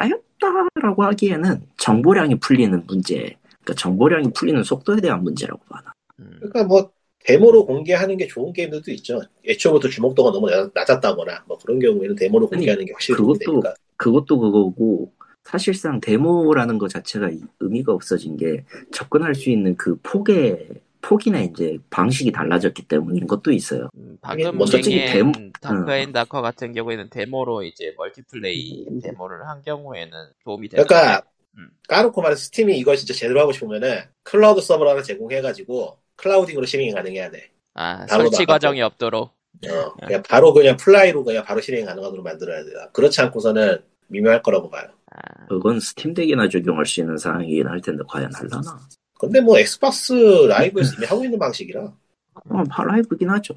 Speaker 2: 쌓였다라고 하기에는 정보량이 풀리는 문제, 그러니까 정보량이 풀리는 속도에 대한 문제라고 봐. 나
Speaker 1: 음,
Speaker 4: 그러니까 뭐 데모로 공개하는 게 좋은 게임들도 있죠. 애초부터 주목도가 너무 낮- 낮았다거나 뭐 그런 경우에는 데모로
Speaker 2: 아니,
Speaker 4: 공개하는 게 확실히
Speaker 2: 그것도-
Speaker 4: 도움이 되니까
Speaker 2: 그것도 그거고 사실상 데모라는 것 자체가 이- 의미가 없어진 게 접근할 수 있는 그 폭의 폭이나 이제 방식이 달라졌기 때문인 것도 있어요.
Speaker 1: 음,
Speaker 4: 하긴
Speaker 1: 방금
Speaker 4: 뭐 솔직히
Speaker 1: 얘기한
Speaker 2: 데모-
Speaker 1: 다크앤다커 같은 경우에는 데모로 이제 멀티플레이 데모를 한 경우에는 도움이 되는
Speaker 4: 그러니까
Speaker 1: 음.
Speaker 4: 까놓고 말해서 스팀이 이걸 진짜 제대로 하고 싶으면은 클라우드 서버를 하나 제공해가지고 클라우딩으로 실행이 가능해야 돼.
Speaker 1: 아,
Speaker 4: 바로
Speaker 1: 설치
Speaker 4: 나가고.
Speaker 1: 과정이 없도록
Speaker 4: 어,
Speaker 2: 네.
Speaker 4: 그냥 바로 그냥 플라이로 그냥 바로 실행 가능하도록 만들어야 돼. 그렇지 않고서는 미묘할 거라고 봐요.
Speaker 1: 아,
Speaker 2: 그건 스팀덱이나 적용할 수 있는 상황이긴 할 텐데 과연 할라나?
Speaker 4: 근데 뭐 엑스박스 라이브에서 이미 하고 있는 방식이라
Speaker 2: 어, 라이브긴 하죠.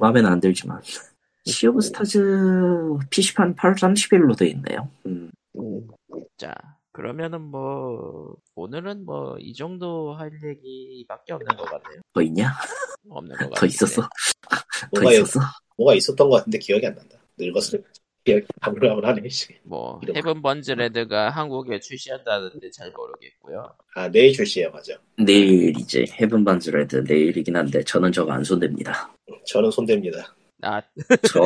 Speaker 2: 마음에는 안 들지만. 시 오브 스타즈 PC판 831로 돼 있네요. 음,
Speaker 1: 자 그러면은 뭐 오늘은 뭐 이 정도 할 얘기밖에 없는 것 같네요.
Speaker 2: 더뭐 있냐?
Speaker 1: 없는 것 같아요.
Speaker 2: 더 있었어? 더
Speaker 4: 뭐가,
Speaker 2: 있었어?
Speaker 4: 뭐가 있었던 것 같은데 기억이 안 난다. 늙었을 때 기억이 가물가물하네. 씨.
Speaker 1: 뭐
Speaker 4: 이런
Speaker 1: 헤븐 번즈레드가 한국에 출시한다는데 잘 모르겠고요.
Speaker 4: 아 내일 출시해요 맞아.
Speaker 2: 내일 이제 헤븐 반즈레드 내일이긴 한데 저는 저거 안 손댑니다.
Speaker 4: 저는 손댑니다.
Speaker 1: 아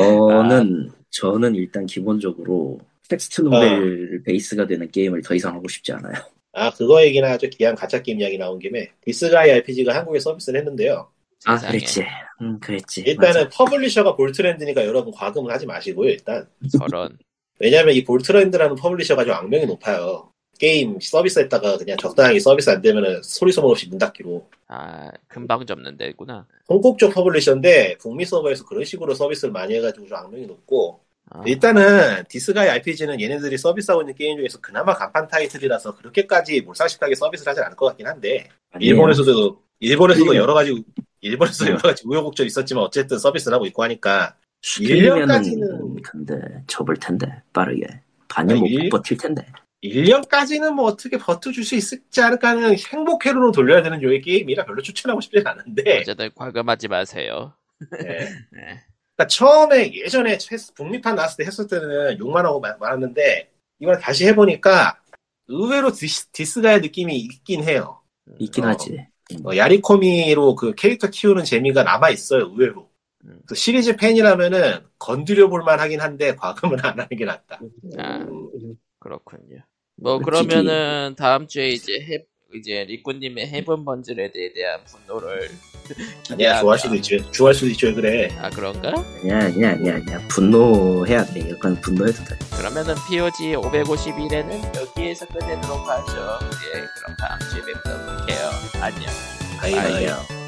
Speaker 2: 저는 저는 일단 기본적으로 텍스트 노벨 베이스가 되는 게임을 더 이상 하고 싶지 않아요.
Speaker 4: 아 그거 얘기나 아주 귀한 가짜 게임 이야기 나온 김에 디스가이 RPG가 한국에 서비스를 했는데요.
Speaker 2: 아
Speaker 1: 세상에.
Speaker 2: 그랬지. 음 그랬지.
Speaker 4: 일단은
Speaker 2: 맞아.
Speaker 4: 퍼블리셔가 볼트렌드니까 여러분 과금을 하지 마시고요 일단.
Speaker 1: 저런
Speaker 4: 왜냐하면 이 볼트렌드라는 퍼블리셔가 좀 악명이 높아요. 게임 서비스 했다가 그냥 적당히 서비스 안 되면은 소리 소문 없이 문 닫기로.
Speaker 1: 아 금방 접는 데구나.
Speaker 4: 홍콩 쪽 퍼블리셔인데 북미 서버에서 그런 식으로 서비스를 많이 해가지고 좀 악명이 높고
Speaker 1: 아,
Speaker 4: 일단은 디스가이 RPG는 얘네들이 서비스하고 있는 게임 중에서 그나마 간판 타이틀이라서 그렇게까지 몰상식하게 서비스를 하진 않을 것 같긴 한데
Speaker 1: 예.
Speaker 2: 아니에요.
Speaker 4: 일본에서도 일본에서도
Speaker 2: 일본.
Speaker 4: 여러 가지 일본에서 여러 가지 우여곡절 이 있었지만 어쨌든 서비스를 하고 있고 하니까
Speaker 2: 수일년까지는
Speaker 4: 1년까지는-
Speaker 2: 근데 접을 텐데 빠르게 반년 못
Speaker 4: 아니, 일-
Speaker 2: 버틸 텐데.
Speaker 4: 1년까지는 뭐 어떻게 버텨줄 수 있을지 않을까 하는 행복회로로 돌려야 되는 요의 게임이라 별로 추천하고 싶진 않은데
Speaker 1: 어쨌든 과금하지 마세요.
Speaker 4: 예.
Speaker 1: 네.
Speaker 4: 그러니까 처음에 예전에 했- 북미판 나왔을 때 했을 때는 욕만 하고 마- 말았는데 이번에 다시 해보니까 의외로 디스, 디스가의 느낌이 있긴 해요
Speaker 2: 있긴
Speaker 4: 어.
Speaker 2: 하지. 음.
Speaker 4: 어, 야리코미로 그 캐릭터 키우는 재미가 남아있어요, 의외로.
Speaker 1: 음.
Speaker 4: 그 시리즈 팬이라면은 건드려볼만 하긴 한데, 과금은 안 하는 게 낫다.
Speaker 1: 아
Speaker 4: 음.
Speaker 1: 그렇군요. 뭐
Speaker 2: 솔직히-
Speaker 1: 그러면은 다음 주에 이제 해 이제 리꾸님의 헤븐 번즈레드에 대한 분노를
Speaker 4: 아니야, 좋아할 수도 있지. 좋아할 수도 있지, 왜 그래.
Speaker 1: 아 그런가?
Speaker 2: 아니야 아니야 아니야 아니야 분노해야 돼. 약간 분노해도 돼.
Speaker 1: 그러면은 POG 551에는 여기에서 끝내도록 하죠. 예, 그럼 다음 주에 뵙도록 해요. 안녕.
Speaker 4: 아이고
Speaker 1: 아이고야.
Speaker 4: 야